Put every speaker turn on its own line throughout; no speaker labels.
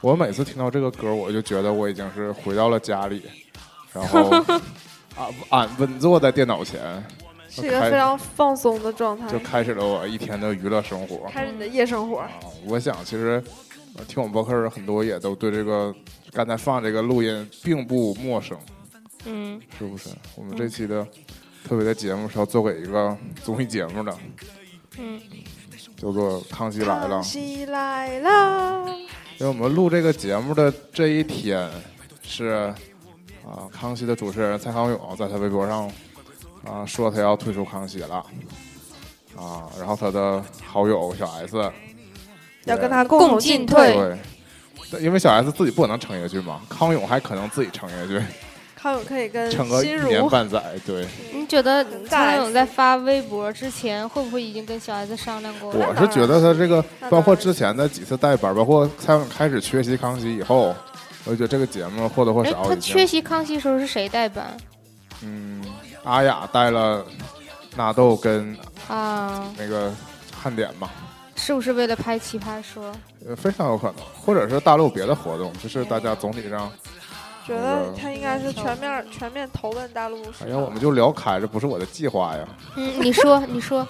我每次听到这个歌，我就觉得我已经是回到了家 里，然后啊安稳坐在电脑前，
是一个非常放松的状态嗯
就，开始了我一天的娱乐生活。
开始你的夜生活
啊。，我想其实呃听我们播客的人很多也都对这个刚才放这个录音并不陌生，
嗯，
是不是？我们这期的特别的节目是要做给一个综艺节目的，
嗯，
叫做《康熙来了嗯
康》。熙来了，
因为我们录这个节目的这一天是啊，康熙的主持人蔡康永在他微博上啊说他要退出康熙了啊，然后他的好友小 S
要跟他
共
同
进
进
退
对，但因为小 S 自己不能撑下去嘛，康永还可能自己撑下去，
康永可以跟
撑个一
嗯心
年
如，
半载。对，
你觉得
再
蔡
来
康永在发微博之前，会不会已经跟小 S 商量过？
我是觉得他这个
那当然
包括之前的几次代班，包括蔡康永开始缺席康熙以后，我就觉得这个节目或多或
哎，
少
他
已
缺
经
席康熙时候是谁代班
嗯，阿雅带了纳豆跟
啊？
那个汉典嘛，
是不是为了拍《奇葩说》？
呃，非常有可能，或者是大陆别的活动，就是大家总体上，
觉得他应该是全面全面投奔大陆市
嗯哎呀，我
场。
们就聊开，这不是我的计划呀。
嗯，你说， 你说，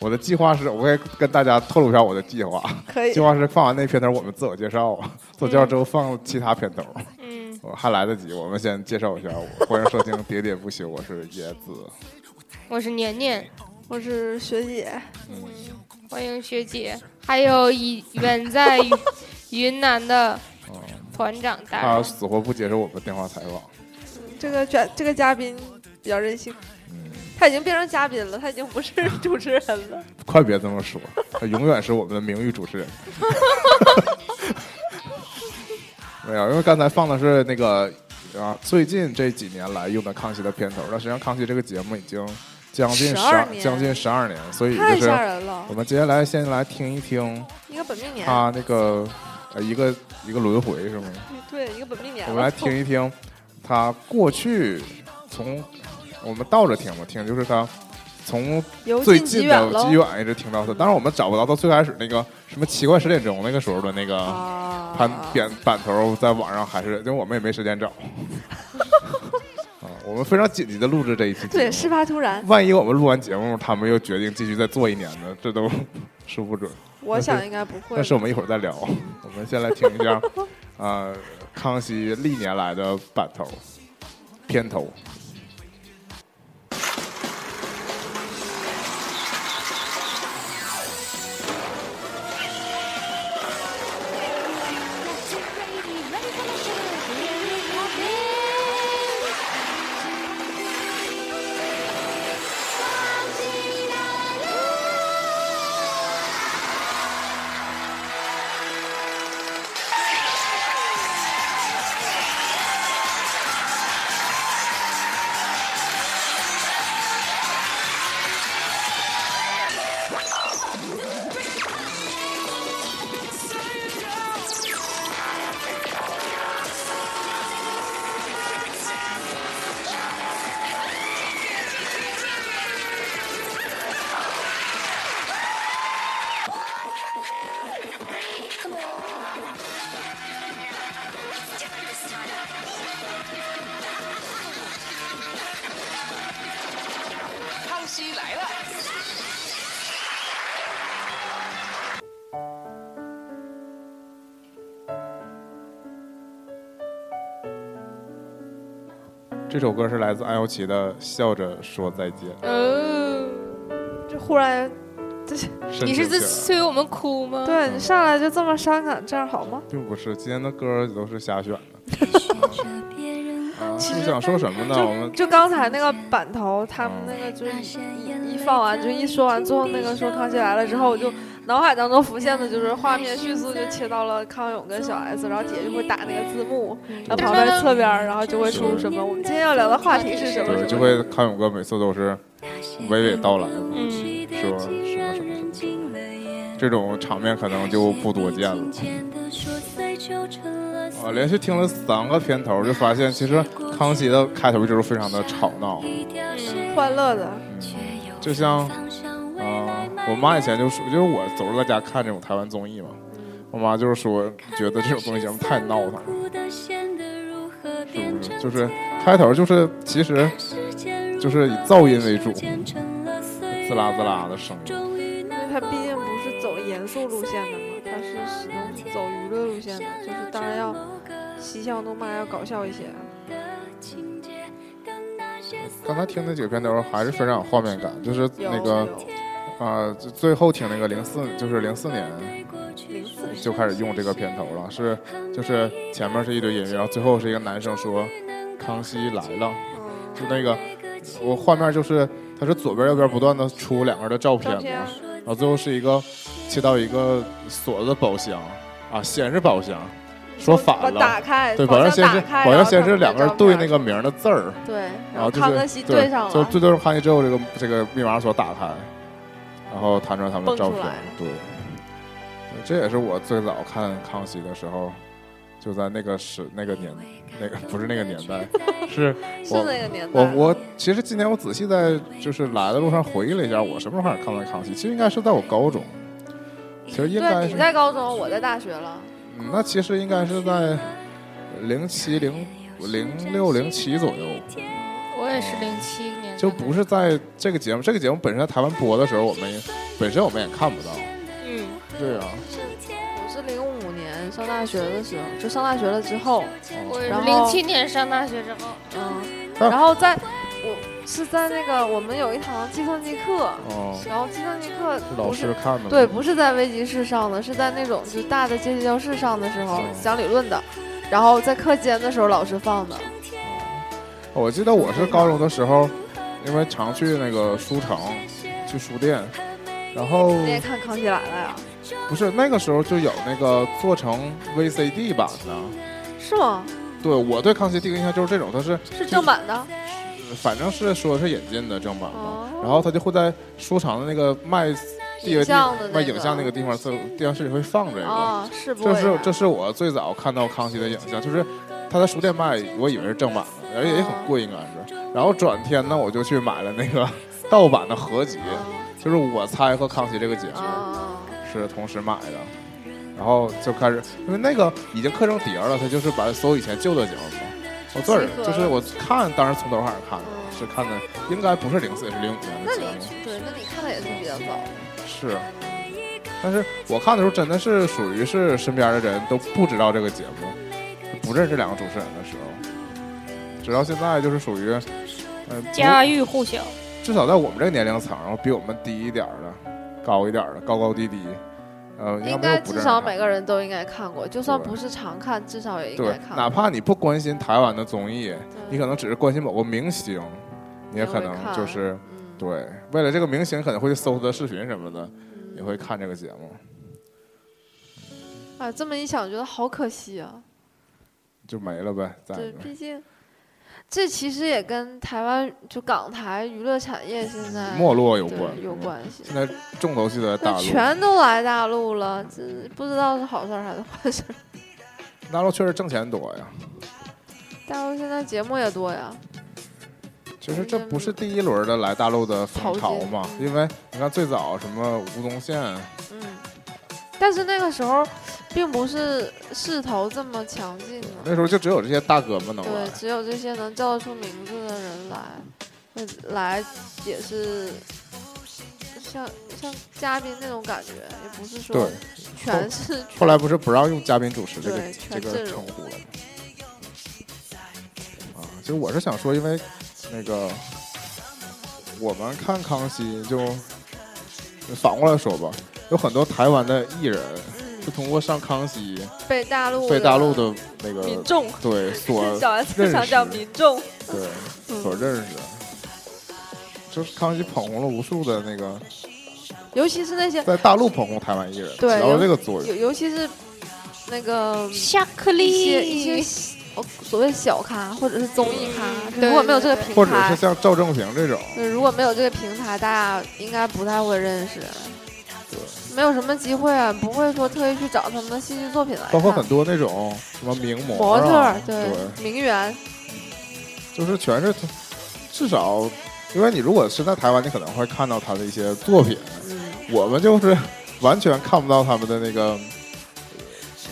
我的计划是，我也跟大家透露一下我的计划。
可以嗯
计，划是放完那片头，我们自我介绍，啊自我介绍之后放其他片头，
嗯，
我还来得及。我们先介绍一下，我欢迎收听《喋喋不休》，我是椰子。
我是年年，
我是学姐，
欢迎学姐，还有以远在云云南的团长
哎
大
他
人。
死活不接受我们电话采访，
这个嘉这个嘉宾比较任性，
嗯，
他已经变成嘉宾了，他已经不是主持人了。
快别这么说，他永远是我们的名誉主持人。没有，因为刚才放的是那个啊，最近这几年来用的《康熙》的片头，但实际上《康熙》这个节目已经将近十
12年
将近十二年，所以
太
就是
吓人了
我！们接下来先来听一听
一个本命年，啊
他那个呃一个一个轮回是吗？
对，一个本命年。啊
我们来听，一听他过去从我们倒着听吧，听就是他从
由
最
近及
近
远
的
喽
极远一直听到他，当然我们找不到他最开始那个什么奇怪十点钟那个时候的那个
啊！
版版版头，在网上还是因为我们也没时间 找。啊，我们非常紧急的录制这一期节目，
对，事发突然，
万一我们录完节目，他们又决定继续再做一年呢，这都 说不准。
我想应该不会
但。是我们一会儿再聊，我们先来听一下，呃，康熙历年来的版头、片头。
康熙来了。
这首歌是来自安又琪的《笑着说再见
哦，
这忽然，》，
深
你是
情起
在
来
催我们哭吗？，
对你上来就这么伤感，这样好吗？
并不是今天的歌都是瞎选的。
啊
其实想说什么呢？我们
就刚才那个版头，他们那个就是一
一
一
一
放
放
完
完
就
就
一
一
说
说
完
完
最
最
后
后
那
那
个
个
说
说
康
康
熙
熙
来
来
了
了
之
之
后，
后
我就
就
脑海当中浮现的就是画面迅速就切到了康永跟小 S，然后姐就会打那个字幕，然后旁边侧边，然后就会出什么我们今天要聊的话题是什么什
对，
么，
就会康永哥每次都是娓娓道来，
嗯
说什么什么什么，这种场面可能就不多见了。啊我连续听了三个片头，就发现其实康熙的开头就是非常的吵闹，
嗯欢乐的。
就
哦
像啊、我妈以前就说，就是我总是在家看这种台湾综艺嘛，我妈就是说，觉
觉
得
得
这
这
种
种
东
东
西
西
咱
咱们
们太
太
闹
闹
腾
腾
了，
了，
是
就
不是？就是是开头就是其实
就是
就
就是是
以
以
噪
噪
音
音
为
为主，
主滋
滋
啦
啦
滋
滋
啦
啦
的
的
声
声
音。
音。
因为它毕竟不是走严肃路线的嘛，它是始终走娱乐路线的，就是当然要嬉笑怒骂，要搞笑一些。
刚才听那几个片头还是非常有画面感，就是
有
那个
有
啊、最最后听那个零四，就是零四年
零四
就开始用这个片头了，是就是前面是一堆音乐，然后最后是一个男生说“康熙来了”，
嗯，
就那个我画面就是它是左边右边不断的出两个人的照片
照
嘛，
片啊
然后最后是一个切到一个锁了的宝箱啊，显示宝箱，说
嗯把
反
打
了。
开，
对，
宝
宝
箱
箱先是
打开
宝
然
箱
后
先
看
是两
那
个人
照
对
片
那个名儿的字儿，
对，
然后就是
康乐西
对
上
就
了，
最后看见之后，这个这个密码锁打开，然后弹出来他们的照片
蹦出来。
对，这也是我最早看康熙的时候，就在那个时那个年那个不是那个年代，是
是
我
那个年代。
我我其实今天我仔细在就是来的路上回忆了一下，我什么时候开始看的康熙？其实应该是在我高中，其实应该
对，
是
你在高中，我在大学了。
嗯那其实应该是在零七零零六零七左右。
我也是零七年，
就不，是在这个节目，这个节目本身在台湾播的时候，我们也本身我们也看不到。
嗯，
对啊，
我是零五年上大学的时候，就上大学了之后，
我也
然
是
后
零七年上大学之后，
嗯，
啊
然后在我是在那个我们有一堂计算机课，
哦，
然后计算机课
是老
不
师
是
看的。
对，不是在微机室上的，是在那种就大的阶梯教室上的时候
嗯
讲理论的，然后在课间的时候老师放的，
哦我记得我是高中的时候，因为常去那个书城，去书店，然后
你也看《康熙来了》呀？
不是那个时候就有那个做成 VCD 版的。嗯
是吗？
对我对康熙第一个印象就是这种，它是
是正版的？
反正是说是引进的正版嘛，
哦
然后他就会在书城的那个卖 DVD
像的那
卖影像那
个
个地方，在电视里会放这个。
啊，是不
这
会
是
的
这是我最早看到康熙的影像，就是他在书店卖，我以为是正版的，而且也很贵，应该是。然后转天呢，我就去买了那个 盗版的合集，就是我猜和康熙这个节
嗯啊
目
啊，
是同时买的，然后就开始，因为那个已经刻成碟儿了，他就是把所有以前旧的节目嘛。我自儿
集合了
就是我看，当时从头开始看的，
嗯
是看的应该不是零四，也是零五年的
那
节
你
目。
对，那你看的也是比较早。
是，但是我看的时候真的是属于是身边的人都不知道这个节目，不认识两个主持人的时候，直到现在就是属于，呃，不
家喻户晓，
至少在我们这个年龄层，然后比我们低一点儿的、高一点儿的、高高低低，呃，要不
应
就
该
不
至
认识
少
他
每个人都应该看过，就算
对
不是常看，至少也应该
对，
看过。
哪怕你不关心台湾的综艺，你可能只是关心某个明星，你也
也
可
会
能
看
就是
嗯，
对，为了这个明星可能会去搜他的视频什么的，也会看这个节目。
嗯啊，这么一想，觉得好可惜啊。
就没了呗，再
对，
一个
毕竟这其实也跟台湾就港台娱乐产业现在
没落有
对
关，
有。关系。
现在重头戏都在大
那
陆，
全都来大陆了，这不知道是好事儿还是坏事儿。
大陆确实挣钱多呀。
大陆现在节目也多呀，
其实这不是第一轮的来大陆的风潮嘛，因为你看最早什么吴宗宪，
嗯，但是那个时候并不是势头这么强劲啊的。
那时候就只有这些大哥们能
对
来，，
只有这些能叫得出名字的人来，那来也是像像嘉宾那种感觉，也不是说
对。
全是
后来不是不让用嘉宾主持这个
对
这
全
个
阵
称
容
呼了吗？啊，其实我是想说，因为那个我们看康熙就反过来说吧，有很多台湾的艺人就
嗯
通过上康熙
被大陆
被大陆的那个
民众，
对所
小 S 想叫民众，
对
嗯
所认识，就是康熙捧红了无数的那个
尤其是那些
在大陆捧红台湾艺人，起
对
到了
有
这个作
尤
用。
尤其是那个
夏克
一些一
力，
些哦所谓小咖或者是综艺咖，
对
如果没有这个平
或者是
台，
像赵正平这种，
对，如果没有这个平台，大家应该不太会认识。没有什么机会啊，不会说特意去找他们的戏剧作品来看。
包括很多那种什么名模
模特
啊
儿，，对，名媛，
就是全是至少，因为你如果是在台湾，你可能会看到他的一些作品，
嗯，
我们就是完全看不到他们的那个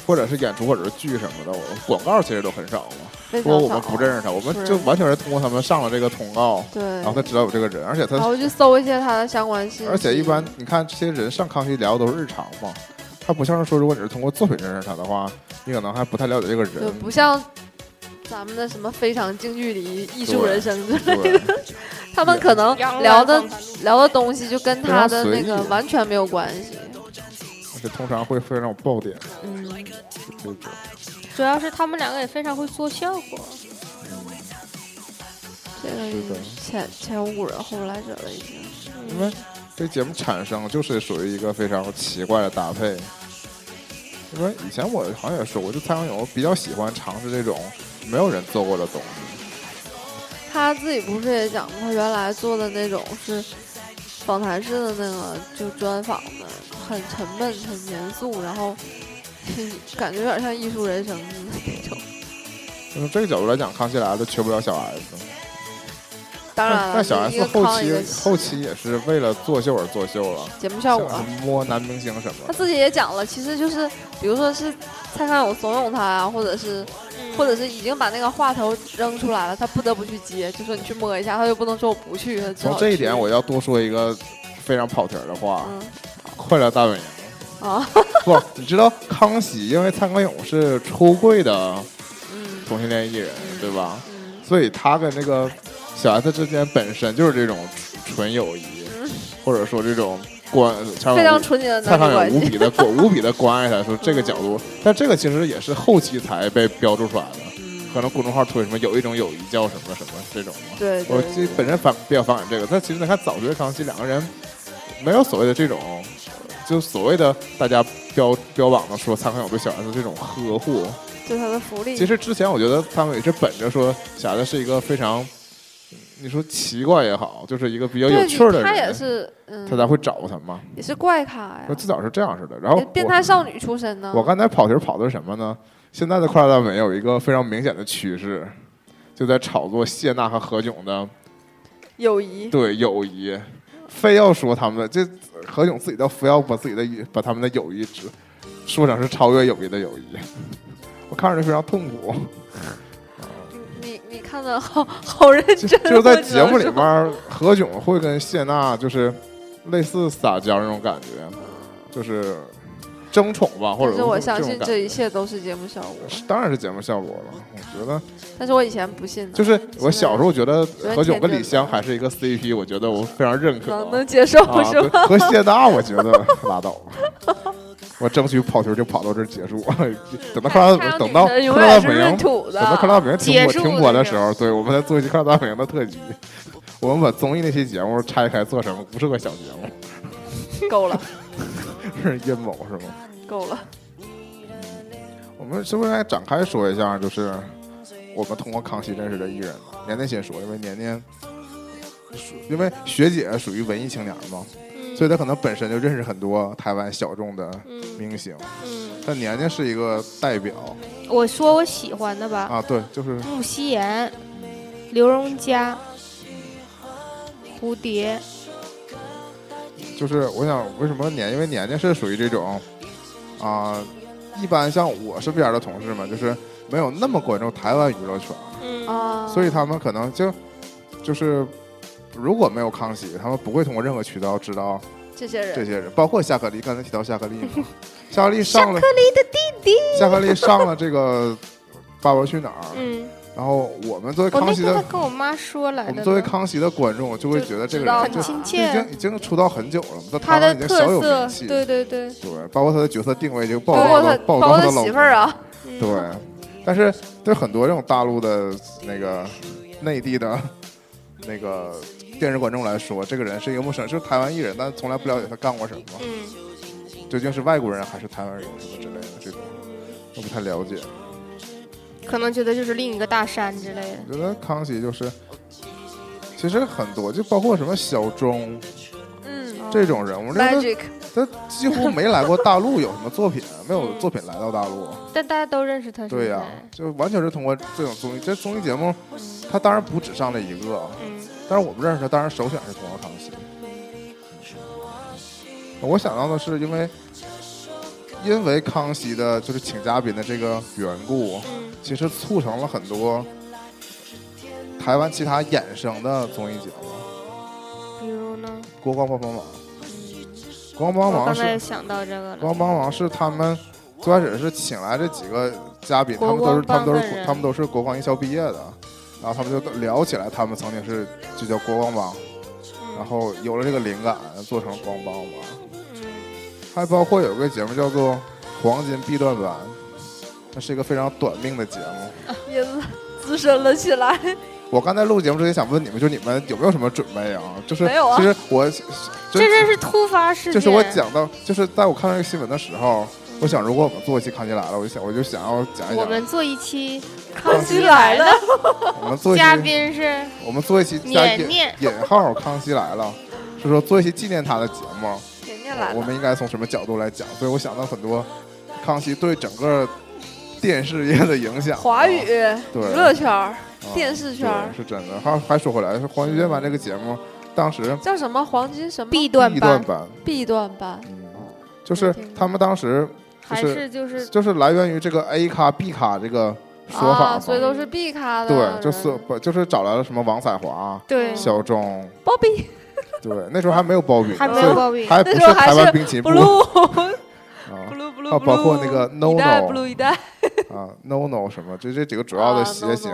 或者是演出或者是剧什么的，我们广告其实都很少嘛。
非
如果
常
我
少
们。不认识他，我们
不
就
认识
完全是通过他们上了这个通告，
对，哦
然后他知道有这个人，而且
然
他，
后去搜一些他的相关信息。
而且一般你看这些人上康熙聊的都是日常嘛，他不像是说如果你是通过作品认识他的话，你可能还不太了解这个
就
人。
不像咱们的什么非常近距离艺术人生之类
对，
他们可能
杨澜
聊的
访谈录
聊的东西就跟他的那
非常
个
随意
完全没有关系。
而且通常会非常有爆点，
嗯，
这种
主要是他们两个也非常会做效果，
嗯
这个
的
前前无古人后无来者了已经。
因为这节目产生就是属于一个非常奇怪的搭配。因为以前我好像也说过，就蔡康永比较喜欢尝试这种没有人做过的东西，
他自己不是也讲过，他原来做的那种是访谈式的那个，就专访的，很沉闷、很严肃，然后感觉有点像艺术人生的那种。
从这个角度来讲，《康熙来了》就缺不了小 S。
当然了，
但小
一
S
个
后
康一个
期后期也是为了做秀而做秀了，
节目效果，
像摸男明星什么
他
的，
自己也讲了，其实就是比如说是蔡康永怂恿他啊，或者是或者是已经把那个话头扔出来了，他不得不去接，就说你去摸一下，他又不能说我不去，他只好
从这一
去
点我要多说一个非常跑题儿的话，
嗯
快乐大本营》
啊
不，你知道康熙因为蔡康永是出柜的
嗯
同性恋艺人，对吧？
嗯
所以他跟那个小 S 之间本身就是这种纯友谊，
嗯
或者说这种关，蔡康
非
永
常纯洁的
蔡
男
康
女
永
关
无
系，
比的关无比的关爱他，说这个角度，但这个其实也是后期才被标注出来的，
嗯
可能公众号推什么有一种友谊叫什么什么这种嘛。
对
我
对
其实本身反比较反感这个，但其实你看早期的康熙两个人没有所谓的这种，就所谓的大家标标榜的说蔡康永对小 S 这种呵护，
对他的福利。
其实之前我觉得他们也是本着说小 S 是一个非常，嗯你说奇怪也好，就是一个比较
对
有趣儿的人，
他也是，嗯，
他才会找他嘛。
也是怪咖呀
说，最早是这样似的，然后
也变
我
态少女出身呢。
我刚才跑题儿跑的是什么呢？现在的快乐大本营有一个非常明显的趋势，就在炒作谢娜和何炅的
友谊，
对友谊，非要说他们的，这何炅自己都非要把自己的把他们的友谊只说成是超越友谊的友谊，我看着就非常痛 苦。
你你看的好好认
就
真，
就是在
我只
节
能
目里
说
面儿，何炅会跟谢娜就是类似撒娇那种感觉，就是争宠吧，或
但
者
是我相信
种感
这
觉
一切都是节目效果，
当然是节目效果了，我觉得
但是我以前不信的，
就是我小时候觉得
得
何炅跟
嗯天真嗯
李湘还是一个 CP，我觉得我非常认可。
能能接受
啊，
是
对
吧？
和谢娜，我觉得拉倒吧。我争取跑题就跑到这儿结束，等到快乐
看
等到
人
快
永
乐大
远是
本
闰
营，
土的
等到快乐大本营停
结
播
束
停播
的
的
时
时候，对我们再做一期快乐大本营的特辑。 我们把综艺那些节目拆开做成无数个小节目，
够了，
是阴谋是吗？
够了，
我们是不是应该展开说一下，就是我们通过康熙认识的艺人呢？年年先说，因为年年属因为学姐属于文艺青年嘛，所以她可能本身就认识很多台湾小众的明星，
嗯，
但年年是一个代表
我说我喜欢的吧，
啊，对，就是
穆希言、刘荣佳、蝴蝶，
就是，我想为什么年，因为年年是属于这种啊、一般像我身边的同事们，就是没有那么关注台湾娱乐圈，
嗯
啊，
所以他们可能就就是如果没有康熙，他们不会通过任何渠道知道
这些
这
人
些人，包括夏克立。刚才提到夏克立嘛，夏克立上了夏克立的弟弟，夏克立上了这个《爸爸去哪儿》
嗯，
然后我们作为
我
康
那
熙
天还
的，
跟我妈说来
我
的
们
呢，
作为康熙的观众，就会觉得这个
知道
人
很
就
他
亲
已经
切，
已经出道很久了，在台
他的
湾已经小
特
有名
色，
气。
对对对，
对，包括他的角色定位就曝
包括
光
他
了，
包
曝
括
光
他
了
媳妇儿，啊，
嗯
对，但是对很多这种大陆的那个内地的那个电视观众来说，这个人是一个陌生人，是台湾艺人，但从来不了解他干过什么，
嗯，
究竟是外国人还是台湾人什么之类的，这种我不太了解。
可能觉得就是另一个大山之类的，
我觉得康熙就是，其实很多就包括什么小钟
嗯
这种人物，那
，magic，
他他几乎没来过大陆，有什么作品？没有作品来到大陆。
但大家都认识他，
对呀、就完全是通过这种综艺，这综艺节目，他当然不只上这一个，
嗯，
但是我们认识他，当然首选是通过嗯康熙。我想到的是，因为因为康熙的就是请嘉宾的这个缘故，
嗯
其实促成了很多台湾其他衍生的综艺节目，
比如呢？嗯
《国光帮帮忙》。国光帮
我
忙
刚
是
才也想到这个
国
了
光。帮忙是他们最开始是请来这几个嘉宾，他们都是
国光
他们都
帮的
是
人
他们都是国光艺校毕业的，然后他们就聊起来，他们曾经是就叫国光帮，
嗯
然后有了这个灵感，做成光帮帮。
嗯
还包括有个节目叫做《黄金地段版》，那是一个非常短命的节目。
也滋生了起来。
我刚才录节目之前想问你们，就是你们有没有什么准备啊？就是
没有啊
其实我
这真是突发事件。
就是我讲到，就是在我看到这个新闻的时候，我想如果我们做一期《康熙来了》，我就想我就想要讲一
我
讲，
们做一期
康熙
来
来了，
我们做一期
嘉宾是
我们做一期加
缅
引
甸
引号《康熙来了》，是说做一期纪念他的节目，
甜甜来
我们
了，
应该从什么角度来讲？所以我想到很多康熙对整个电视业的影响，
华语娱
对
乐圈儿
啊
电视圈儿
对是真的。还还说回来，《黄金街班》这个节目，当时
叫什么黄金什么
B 段
一段
班，
版，
B 段班，
嗯，就是他们当时
还是就是
就是来源于这个 A 咖 B 咖这个说法
啊，
嘛，
所以都是 B 咖的人，
对，就是不就是找来了什么王彩华、
对，
小钟，
包庇
对，那时候还没有包饼，
还没
所
有
以
包庇。
还不
那时候还
台湾
是
滨崎步
blue
啊
blue
啊
blue，
包括那个
blue，一代
NONO
blue 啊一代
啊 no no 什么，这这几个主
主
要的谐星，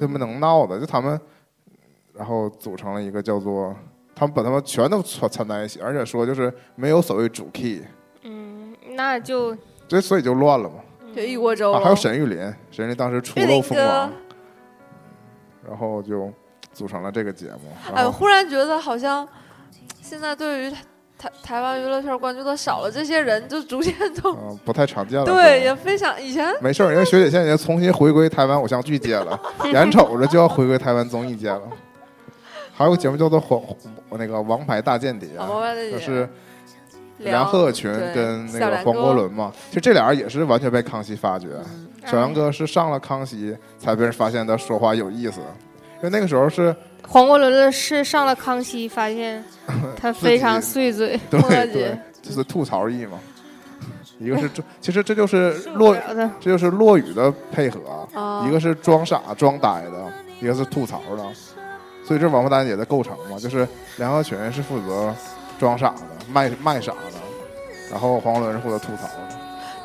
他
嗯
们能闹的，就他们，然后组成了一个叫做。他们把他们全都掺掺在一起，而且说就是没有所谓主 key，
嗯，那就
这所以就乱了嘛。
就一锅粥
啊，
了，
还有沈玉琳，沈玉琳当时出
哦玉
露
林
锋
哥
芒，，然后就组成了这个节目。
哎，
然
我
后
忽然觉得好像现在对于台台台湾娱乐圈关注的少了，这些人就逐渐都
嗯、不太常见了。
对，
是
也
吧
非常以前
没事儿，因为学姐现在已经重新回归台湾偶像剧界 了，眼瞅着就要回归台湾综艺界了。还有个节目叫做《黄》，那个《王牌大间谍》，
啊，我外的
就是梁
梁
鹤群
对
跟那
小
个
梁
黄
哥
国伦嘛。其实这俩人也是完全被康熙发掘。小
嗯
梁哥是上了康熙才被人发现他说话有意思，因为那个时候是
黄国伦的是上了康熙，发现他
自己
非常碎嘴，
对
墨迹
对，就是吐槽艺 嘛。一个是这，其实这就是落，
了的。
这就是落雨的配合，
啊，
一个是装傻装呆的，一个是吐槽的，所以这王八蛋也在构成嘛，就是梁鹤群是负责装傻的，卖卖傻的，然后黄国伦是负责吐槽的。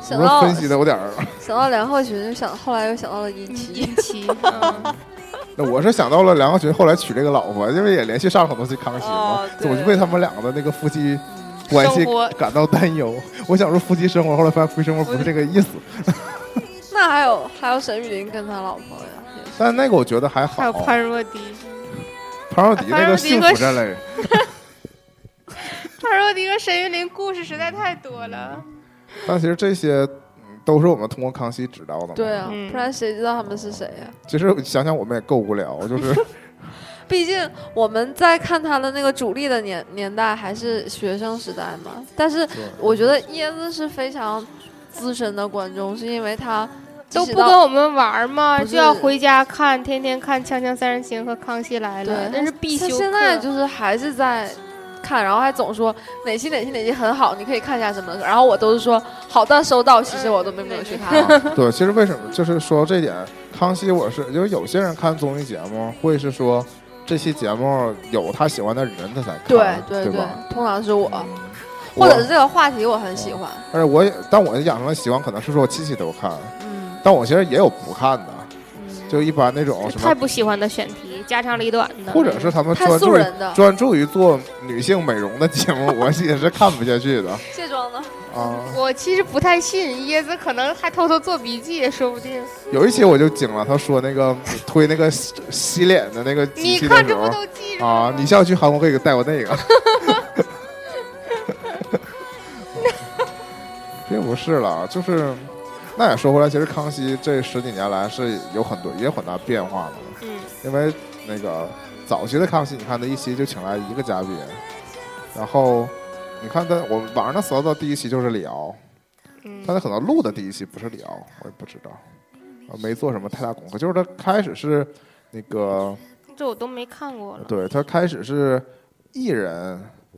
想
你们
到
分析的有点 儿，
想到梁鹤群，就想后来又想到了尹奇，
尹奇，嗯，
那我是想到了梁鹤群后来娶这个老婆，因为也连续上了很多期康熙嘛，
哦
所以我就
对嗯
为他们两个的那个夫妻关系
生活
感到担忧。我想说夫妻生活，后来发现夫妻生活不是这个意思，
那还有还有沈雨林跟他老婆呀，也是
但那个我觉得还好。
还有潘若迪，
潘若迪那个幸福战类，
潘若迪和沈玉琳故事实在太多了。
但其实这些嗯都是我们通过康熙知道的嘛。
对啊，
嗯
不然谁知道他们是谁呀？
其实想想我们也够无聊，就是
毕竟我们在看他的那个主力的年年代还是学生时代嘛，但是我觉得椰子是非常资深的观众，是因为他
都
即使
不
到
跟我们玩儿吗？
不是
就要回家看，天天看《锵锵三人行》和《康熙来了》，
对
那是必
他
修课。
现在就是还是在看，然后还总说哪期哪期哪期很好，你可以看一下什么的。然后我都是说好的，收到。其实我都并没有去看。
啊对。其实为什么就是说到这点，康熙我是因为有些人看综艺节目会是说这期节目有他喜欢的人他才看，
对
对
对对
吧？，
通常是我，
嗯
或者
我
是这个话题我很喜欢。
但是我也，但我养成了习惯，可能是说我亲戚都看，
嗯，
但我其实也有不看的，就一般那哦种什
太
么，
不喜欢的选题，家长里短的，
或者是他们
看
专
素
注于
人的
专注于做女性美容的节目，我也是看不下去的
卸妆呢？
啊。
我其实不太信椰子，可能还偷偷做笔记，也说不定。
有一期我就惊了，他说那个推那个洗洗脸的那个机
你
器的
看
时
这不
候
都记着
啊
吗，？
你下次去韩国可以给带我那个。 并不是啦，就是那也说回来，其实康熙这十几年来是有很多也有很大变化的，
嗯，
因为那个早期的康熙，你看他一期就请来一个嘉宾，然后你看他我网上能搜到第一期就是李敖，
嗯
但他可能录的第一期不是李敖，我也不知道，呃没做什么太大功课。就是他开始是那个，
这我都没看过了。嗯
对他开始是艺人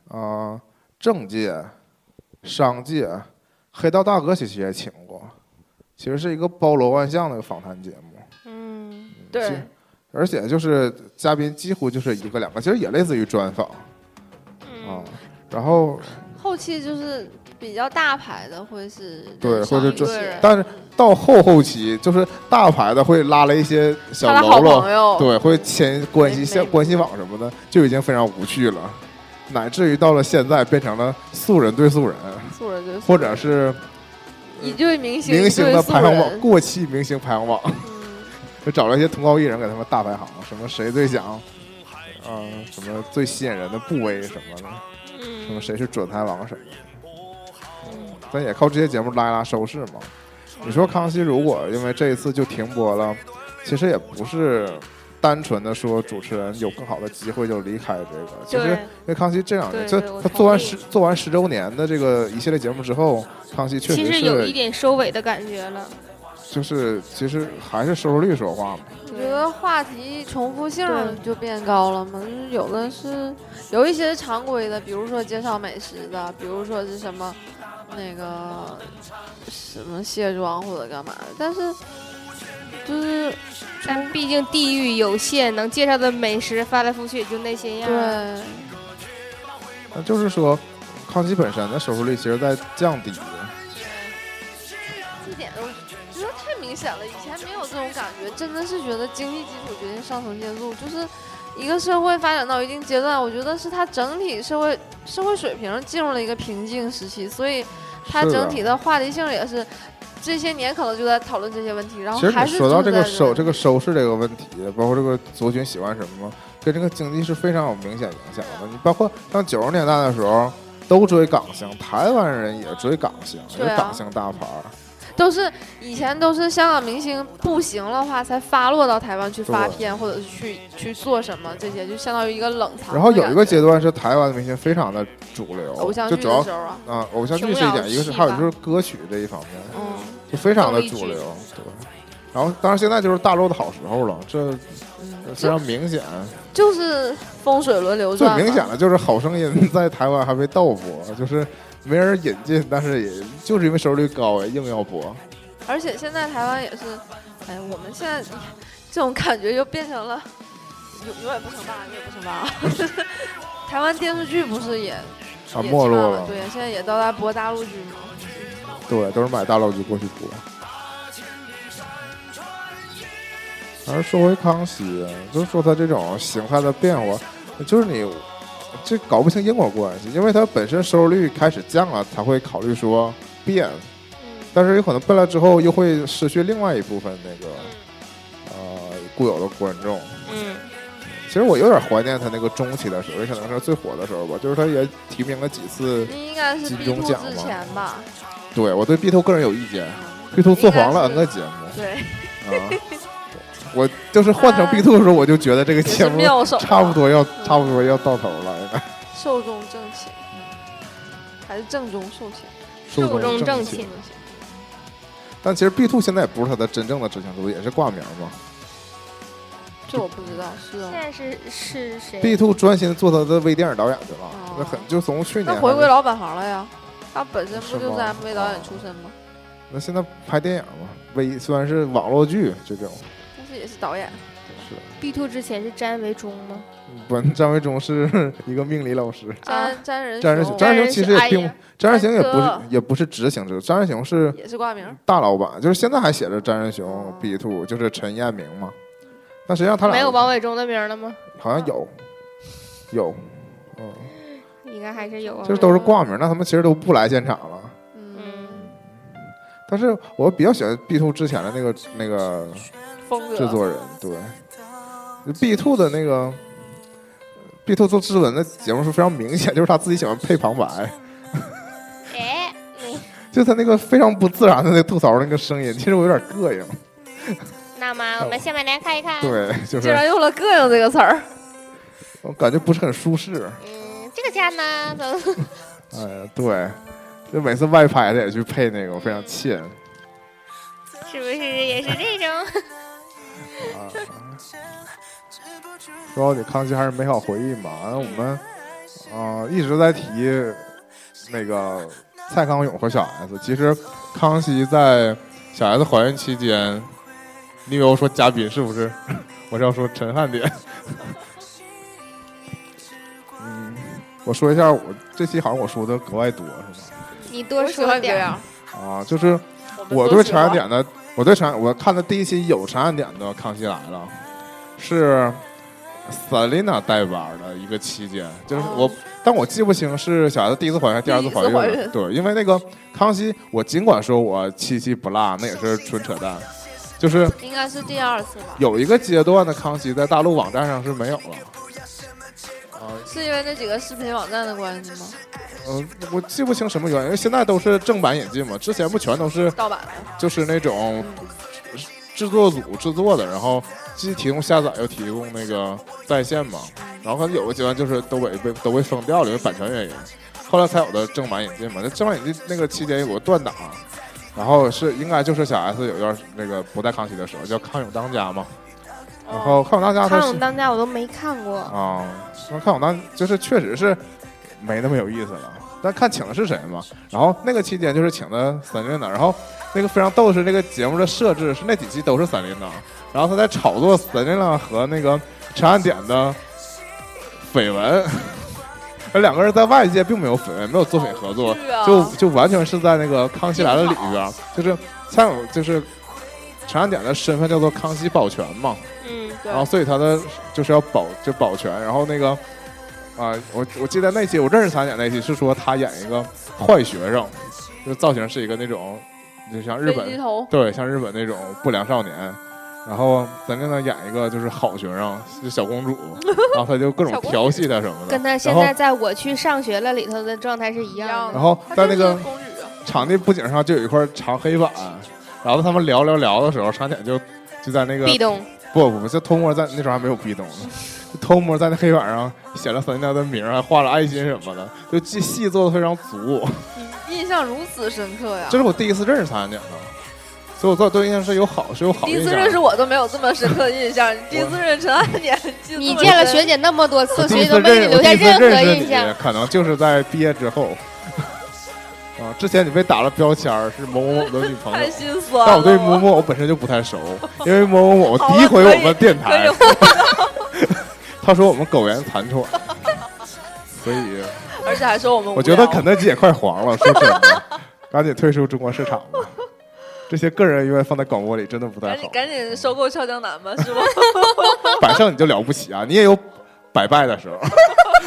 啊、呃政界、商界，黑道大哥其实也请过，其实是一个包罗万象的一个访谈节目，
嗯，
其
对，
而且就是嘉宾几乎就是一个两个，其实也类似于专访啊
嗯，。
然后
后期就是比较大牌的会是
对
上
会是
一
专
些
对
但是到后后期，就是大牌的会拉了一些小
他的
喽
好
啰
朋，友，
对，会牵关系
没
像
没
关系网什么的，就已经非常无趣了，乃至于到了现在变成了素人对素人，
素人就是
或者是
一对明星
明星的排行
对
榜，
素嗯
过气明星排行榜，
人
就找了一些同高艺人给他们大排行，什么谁最想，嗯，什么最吸引人的部位什么的，什么
嗯，
谁是准台王什么的，
嗯
咱也靠这些节目拉一拉收视嘛。你说康熙如果因为这一次就停播了，其实也不是单纯的说主持人有更好的机会就离开这个，其实
对
因为康熙这两年，
对
就
对我
他
同
做完
意
十做完十周年的这个一系列节目之后，康熙确
其
实
实有一
是
点收尾的感觉了。
就是其实还是收视率说话嘛。
我觉得话题重复性
对
就变高了嘛，就是有的是有一些是常规的，比如说介绍美食的，比如说是什么那个什么卸妆或者干嘛的，但是就是
但毕竟地域有限，能介绍的美食翻来覆去也就那些样儿。
对
那就是说，康熙本身的收视率其实在降低的，
这点我觉得太明显了，以前没有这种感觉，真的是觉得经济基础决定上层建筑，就是一个社会发展到一定阶段，我觉得是它整体社会社会水平进入了一个瓶颈时期，所以它
是的
整体的话题性也是这些年可能就在讨论这些问题，然后
其实
还
你
是
说到这
住
个
在
收这
这
个收视这个问题，包括这个族群喜欢什么，跟这个经济是非常有明显影响的。你包括像九十年代的时候，都追港星，台湾人也追港星，也
对啊
是港星大牌儿。
都是以前都是香港明星不行的话才发落到台湾去发
对
片或者是去去做什么，这些就相当于一个冷藏的感觉。
然后有一个阶段是台湾的明星非常的主流，
偶像
就
剧
主要
的时候啊，
啊、偶像剧
琼
是一
瑶
点，一个是
戏
还有
吧
就是歌曲这一方面，
嗯。
就非常的
综艺
主
剧
流，对。然后，当然现在就是大陆的好时候了，这
嗯
这非常明显。
就是风水轮流
最
转嘛，
明显的就是《好声音》 在台湾还没到播，就是没人引进，但是也就是因为收视率高，硬要播。啊
而且现在台湾也是，哎呀，我们现在这种感觉就变成了永永远不称霸，永远不称霸啊。 台湾电视剧不是也
啊，
也
没落
差
了。
对，现在也都在播大陆剧嘛。
对，都是买大陆剧过去播。还是说回康熙，就是说他这种形态的变化，就是你这搞不清因果关系，因为他本身收视率开始降了，才会考虑说变，但是有可能变了之后又会失去另外一部分那个呃固有的观众。
嗯
其实我有点怀念他那个中期的时候，也可能是最火的时候吧，就是他也提名了几次。
那应该是
金
B
钟
two
奖
之
嘛
前吧？
对我对 B 头个人有意见
嗯
，B 头做黄了 N
应该
个
是
节目。
对，
啊，我就是换成 B two 的时候，我就觉得这个
也
节
是
目
妙手啊，
差不多要差不多要到头了，应该
寿终正寝，还是正宗寿险。
寿终正
寝
寝。
但其实 B two 现在也不是他的真正的执行组，也是挂名嘛。
这我不知道，是
现
哦。
在是是谁？
B two 专心做他的微电影导演去了，那很就从去
哦那
年
回归
了，
老本行了呀，他本身不
是
就是
吗哦
MV 导演出身吗？
那现在拍电影嘛，微虽然是网络剧这种，
但是也是导演。
啊是
B two 之前是詹维忠吗？
不，张维忠是一个命理老师，
啊
詹詹仁
詹仁
雄
张张仁雄其实也
哎呀
并张仁行也不是
大哥
也不是执行者，张仁行是
也是挂名，
大老板，就是现在还写着詹仁雄 B two，就是陈彦明嘛。但实际上他俩
没有王伟忠的名儿了吗？
好像有，有，嗯，
应该还是有啊。
就是都是挂名，那他们其实都不来现场了。
嗯，
嗯，
但是我比较喜欢 B two 之前的那个那个
风格
制作人，对，B two 的那个 B two 做知文的节目是非常明显，就是他自己喜欢配旁白，
哎，
就他那个非常不自然的那吐槽那个声音，其实我有点膈应。
那么我们下面来看一看。
哦对，就
竟
是
然用了“膈应”这个词儿，
我感觉不是很舒适。
嗯，这个家呢，怎么
哎，对，就每次外拍的也去配那个，我非常气人。
是不是也是这种？
啊，说到底，康熙还是美呃好回忆嘛。我们啊、一直在提那个蔡康永和小 S。其实康熙在小 S 怀孕期间，你以为我说嘉宾是不是？ 我是要说陈汉典。 嗯，我说一下，我这期好像我说的格外多是吧？
你多说点儿。
啊，就是我对陈汉典的，我对陈汉，我看的第一期有陈汉典的《康熙来了》，是 Selina 代班的一个期间，就是我，但我记不清是小 S 第一次怀孕哦还是第二次怀孕
第一次怀
了。
孕
对，因为那个康熙，我尽管说我七七不落，那也是纯扯淡。就是
应该是第二次吧？
有一个阶段的康熙在大陆网站上是没有了。啊，
是因为那几个视频网站的关系吗？
嗯、我记不清什么原因，因为现在都是正版引进嘛，之前不全都是
盗版的，
就是那种制作组制作的，然后既提供下载又提供那个在线嘛。然后可能有个阶段就是都被被都被封掉了，因为版权原因。后来才有的正版引进嘛。那正版引进那个期间有个断档，然后是应该就是小 S 有一段那个不在康熙的时候叫康永当家嘛。
哦
然后康永当家他是
康永当家我都没看过，
啊，那看我当就是确实是没那么有意思了。但看请的是谁嘛，然后那个期间就是请的三琳娜，然后那个非常逗的是那个节目的设置是那几期都是三琳娜，然后他在炒作三琳娜和那个陈汉典的绯闻，而两个人在外界并没有绯闻，没有作品合作，
是啊
就就完全是在那个《康熙来了》里边，就是像就是陈汉典的身份叫做康熙保全嘛，
嗯，
对
然后所以他的就是要保就保全，然后那个啊、我我记得那期我认识他演那期是说他演一个坏学生，就是造型是一个那种就像日
飞机
本
头
对像日本那种不良少年，然后咱跟他演一个就是好学生，就小公主，然后他就各种调戏她什么的
跟，他现在在我去上学了里头的状态是一样的
然。后在
他就
那
是
个
公主啊，
场地布景上就有一块长黑板，然后他们聊聊聊的时候，差点就就在那个
壁咚，
不不不，就偷摸在那时候还没有壁咚呢，就偷摸在那黑板上写了三娜的名儿，还画了爱心什么的，就记戏做的非常足。
印象如此深刻呀
这！是我第一次认识三娜的，所以我对我对印象是有好是有好
第
印
一
象
次
的。
认识我都没有这么深刻的印象，你第一次认识陈汉典，记得这么
你见了
深
学姐那么多
我
次，
第
学
一
姐都
次认识，我第一
没给你留下
次
任何
认识
印象
你，。 可能就是在毕业之后。 啊，之前你被打了标签儿是某某某的女朋友
太，心酸了。
但我对某某我本身就不太熟，因为某某某诋毁我们电
可以
台， 他说我们苟延残喘，所以。
而且还说我们无
我觉得
聊
肯德基也快黄了，说真 的，赶紧退出中国市场吧。这些个人因为放在广播里真的不太
赶
好
紧，赶紧收购《笑江南》吧，是吧？
百胜你就了不起啊，你也有百败的时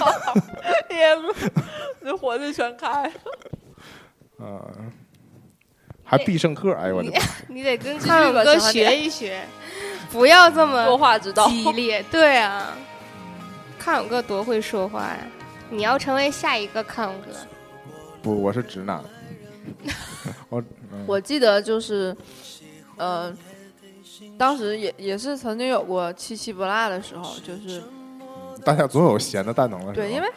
候。
也不，这火力全开。
嗯，还必胜客，哎呦我的妈！
你得跟
康
康
永
永
哥
哥
学
学一学，不要这
说
么
话之道，
激烈。对啊，康永哥多会说话呀！你要成为下一个康永哥，
不，我是直男。我嗯
我记得就是，呃，当时也也是曾经有过七七不落的时候，就是
大家总有闲的蛋疼的时候。
对，因为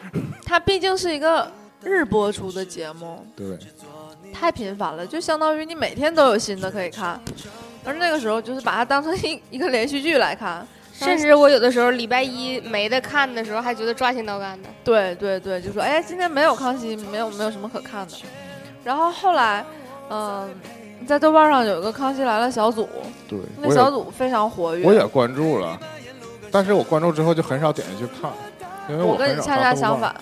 它毕竟是一个日播出的节目，
对
太频繁了，就相当于你每天都有新的可以看，而那个时候就是把它当成一一个连续剧来看。
甚至我有的时候礼拜一没得看的时候，还觉得抓心挠肝的。
对对对，就说哎呀，今天没有康熙，没有没有什么可看的。然后后来，嗯、在豆瓣上有一个《康熙来了》小组，
对，
那
我
小
也
组非常活跃。
我也关注了，但是我关注之后就很少点进去看，因为
我
很
跟你
少
恰
刷
恰
豆
相
瓣
反，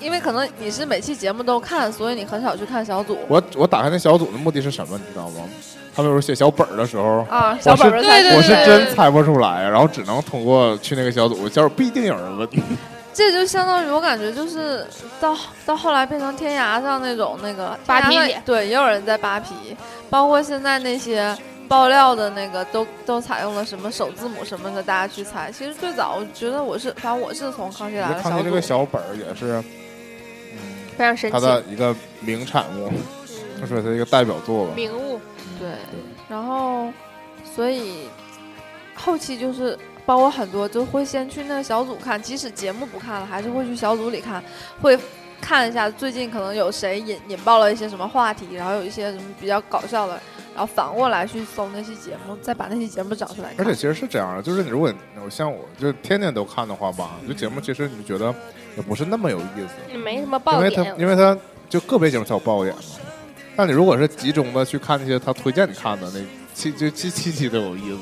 因为可能你是每期节目都看，所以你很少去看小组
我我打开那小组的目的是什么，你知道吗？他们有时候写小本儿的时候，
啊。小本本
是
才
对对
我
是
是真猜不出来，然后只能通过去那个小组，小组必定有人问。
这就相当于我感觉就是到到后来变成天涯上那种那个
扒皮
天涯上对，也有人在扒皮，包括现在那些爆料的那个都都采用了什么首字母什么的，大家去猜。其实最早我觉得我是，反正我是从康
啊
熙来了
康熙这个
小组，
小本儿也是，
非常神
他
奇，
的一个名产物，
嗯
或者是一个代表作吧。
名物。
对，然后所以后期就是。包括很多就会先去那个小组看，即使节目不看了，还是会去小组里看，会看一下最近可能有谁引引爆了一些什么话题，然后有一些什么比较搞笑的，然后反过来去搜那期节目，再把那期节目找出来
而
看。
且其实是这样的，就是你如果我像我就天天都看的话吧，就节目其实你觉得也不是那么有意思，
没什么
因
爆
为
点
它，因为它就个别节目才有爆点嘛。但你如果是集中的去看那些他推荐你看的那期，就期期期都有意思，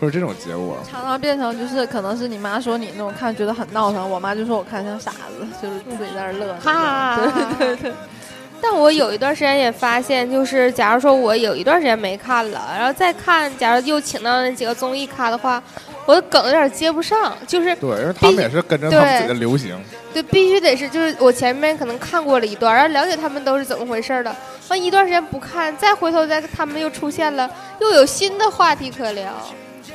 会是这种结果。
常常变成就是可能是你妈说你那种看觉得很闹腾，我妈就说我看像傻子，就是自己在那儿乐
哈
那种。 对对对，
但我有一段时间也发现，就是假如说我有一段时间没看了，然后再看，假如又请到那几个综艺咖的话，我的梗有点接不上，就是
对，因为他们也是跟着他们自己的流行，
对，必须得是就是我前面可能看过了一段，然后了解他们都是怎么回事儿的，完一段时间不看，再回头再他们又出现了，又有新的话题可聊。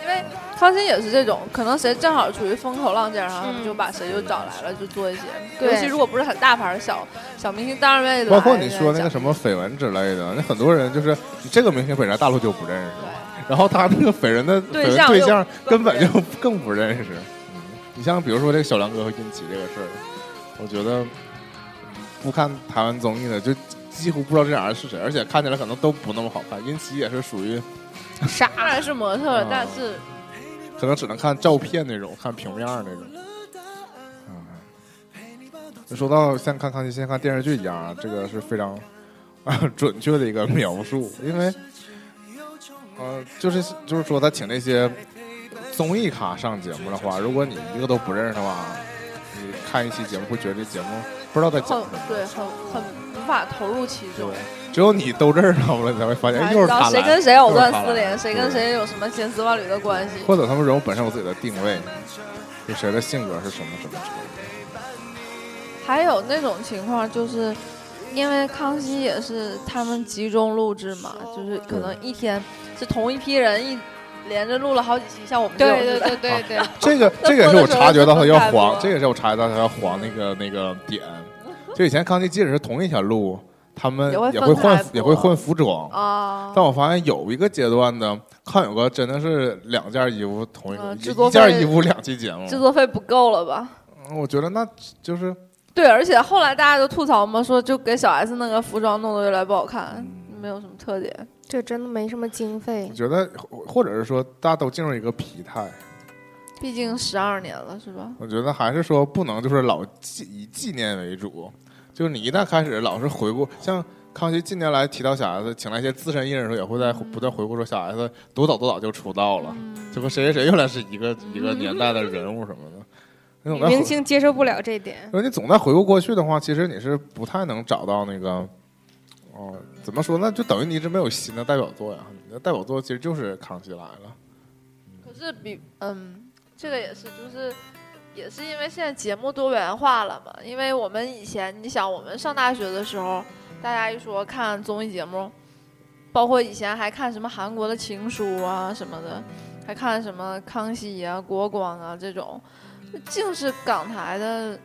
因为康熙也是这种，可能谁正好处于风口浪尖儿，然后
嗯
就把谁就找来了，就做一些。
对
尤其如果不是很大牌儿小小明星，当然愿意来
包括你说那个什
么，
么绯闻之类的，那很多人就是你这个明星本来大陆就不认识，
对，
然后他那个绯闻的绯
对
闻
象
对
又
象
更
根
不
本
认
就更不认识。嗯你像比如说这个小梁哥和殷琦这个事儿，我觉得嗯不看台湾综艺的就几乎不知道这俩人是谁，而且看起来可能都不那么好看。殷琦也是属于
傻，
当然是模特
嗯
儿，但是
可能只能看照片那种，看平面儿那种。嗯，说到像看康熙，像看电视剧一样啊，这个是非常啊准确的一个描述，因为呃，就是就是说他请那些综艺咖上节目的话，如果你一个都不认识的话，你看一期节目会觉得这节目不知道在讲
很
什么。
对，很很无法投入其中。
只有你都认识他们了，你才会发现
才
又哎是
知道
他
哎谁
来，
跟谁藕
又是
断
他
丝
来
连，谁跟谁有什么千丝万缕的关系。
或者他们人物本身有自己的定位，就谁的性格是什么什么之类
还有那种情况就是，因为康熙也是他们集中录制嘛，就是可能一天是同一批人一连着录了好几期，像我们这种
对对 对对对，
的。这 个这个也是我察觉到他要
那播的时候
黄，这个是我察觉到他要黄那个那个点。就以前康熙即使是同一条路，他们
也会
也会
分开
换
播
也会换服装。
啊，
但我发现有一个阶段呢，看有个真的是两件衣服同一个、
嗯
一
制作
一件
费
衣服两期节目，
制作费不够了吧？
嗯我觉得那就是
对，而且后来大家都吐槽嘛，说就给小 S 那个服装弄得越来越不好看，没有什么特点。
这真的没什么经费
我。觉得或或者是说大家都进入一个疲态。
毕竟十二年了，是吧？
我觉得还是说不能就是老纪以纪念为主，就是你一旦开始老是回顾，像康熙近年来提到小 S，请来一些资深艺人的时候，也会在不断回顾说小 S 多早多早就出道了，
嗯
就和谁谁谁原来是一个一个年代的人物什么的。那
嗯
总在
明
回，
星接受不了这点，
因为你总在回顾过去的话，其实你是不太能找到那个，哦、怎么说呢？就等于你一直没有新的代表作呀。你的代表作其实就是《康熙来了
可是比嗯，这个也是，就是也是因为现在节目多元化了嘛。因为我们以前，你想我们上大学的时候，大家一说看综艺节目，包括以前还看什么韩国的《情书》啊什么的，还看什么《康熙》啊、《国光啊》这种，净是港台的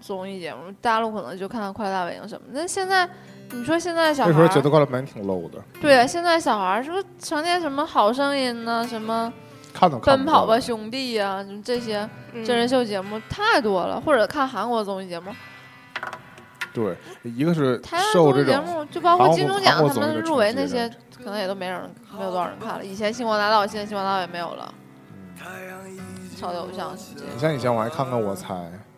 综艺节目。大陆可能就看看《快乐大本营》啊什么的。那现在你说现在》，小
那
孩
时候
儿
觉得《快乐门挺 low 的，
对啊，现在小孩儿是不是成天什么《好声音》呢，什么？
看都看不
奔跑
到
吧兄弟呀、就这些
嗯
真人秀节目太多了，或者看韩国综艺节目，
对，一个是
台湾
受
综
这
艺节
种
目就包括金钟
韩
奖
国
他
综艺
们
的
入围
冲击
那些，可能也都没人没有多少人看了。以前星光大道，现在星光大道也没有了，超级偶像是这样
嗯你像以前我还看看我猜，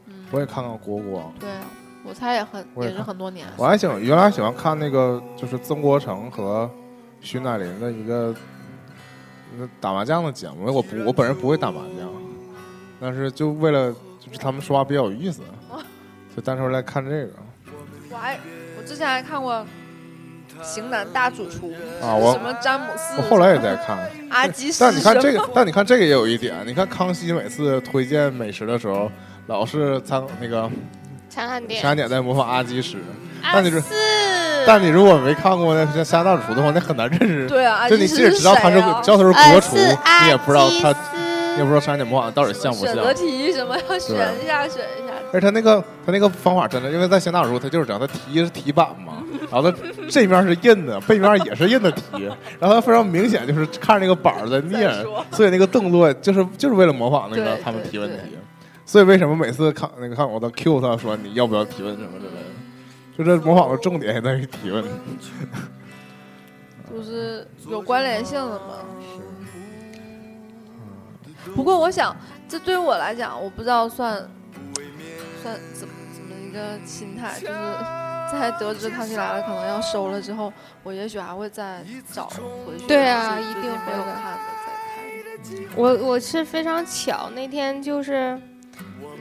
嗯，
我也看看国光，
对啊，我猜也很
我也
也是
看
很多年。
我还喜欢原来喜欢看那个就是曾国城和徐乃麟的一个那打麻将的节目。我不我本人不会打麻将，但是就为了就是他们说话比较有意思，
哦
就单纯来看这个
我还我之前还看过《型男大主厨》
啊。
什
我
么詹姆斯，
我后来也在看，
阿基师，
但你看这
个，
个，但你看这个也有一点，你看康熙每次推荐美食的时候，老是参那个
强悍
陈
点。
安典在模仿阿基师。
啊
但你是
四，
但你如果没看过那《三大厨》的话，那很难认识。
对啊，阿
就
基
你
师
即使知道他是
谁
哦
啊
知道他是国
呃
厨，
是阿
你也不知道
基
他，你也
斯
不知道山点模仿到底像不
选
像。
择题什么
啊
要选一下选一下，
而他那个他那个方法真的，因为在《三大厨》他就是这样，他题是题板嘛，然后他这面是印的，背面也是印的题，然后他非常明显就是看着那个板儿在念
在说，
所以那个动作就是就是为了模仿那个
对
他们
对
提问题
对。
所以为什么每次看那个看我都 Q 他说你要不要提问什么之类的，就这模仿的重点也在于提问。
就是
嗯
有关联性的嘛。
嗯
不过我想，这对于我来讲，我不知道算算怎么怎么一个心态，就是
在得知《康熙来了》可能要收了之后，我也许还会再找回去。
对啊
就是
一
最
定
近没有
会的
看的再看。
我我是非常巧，那天就是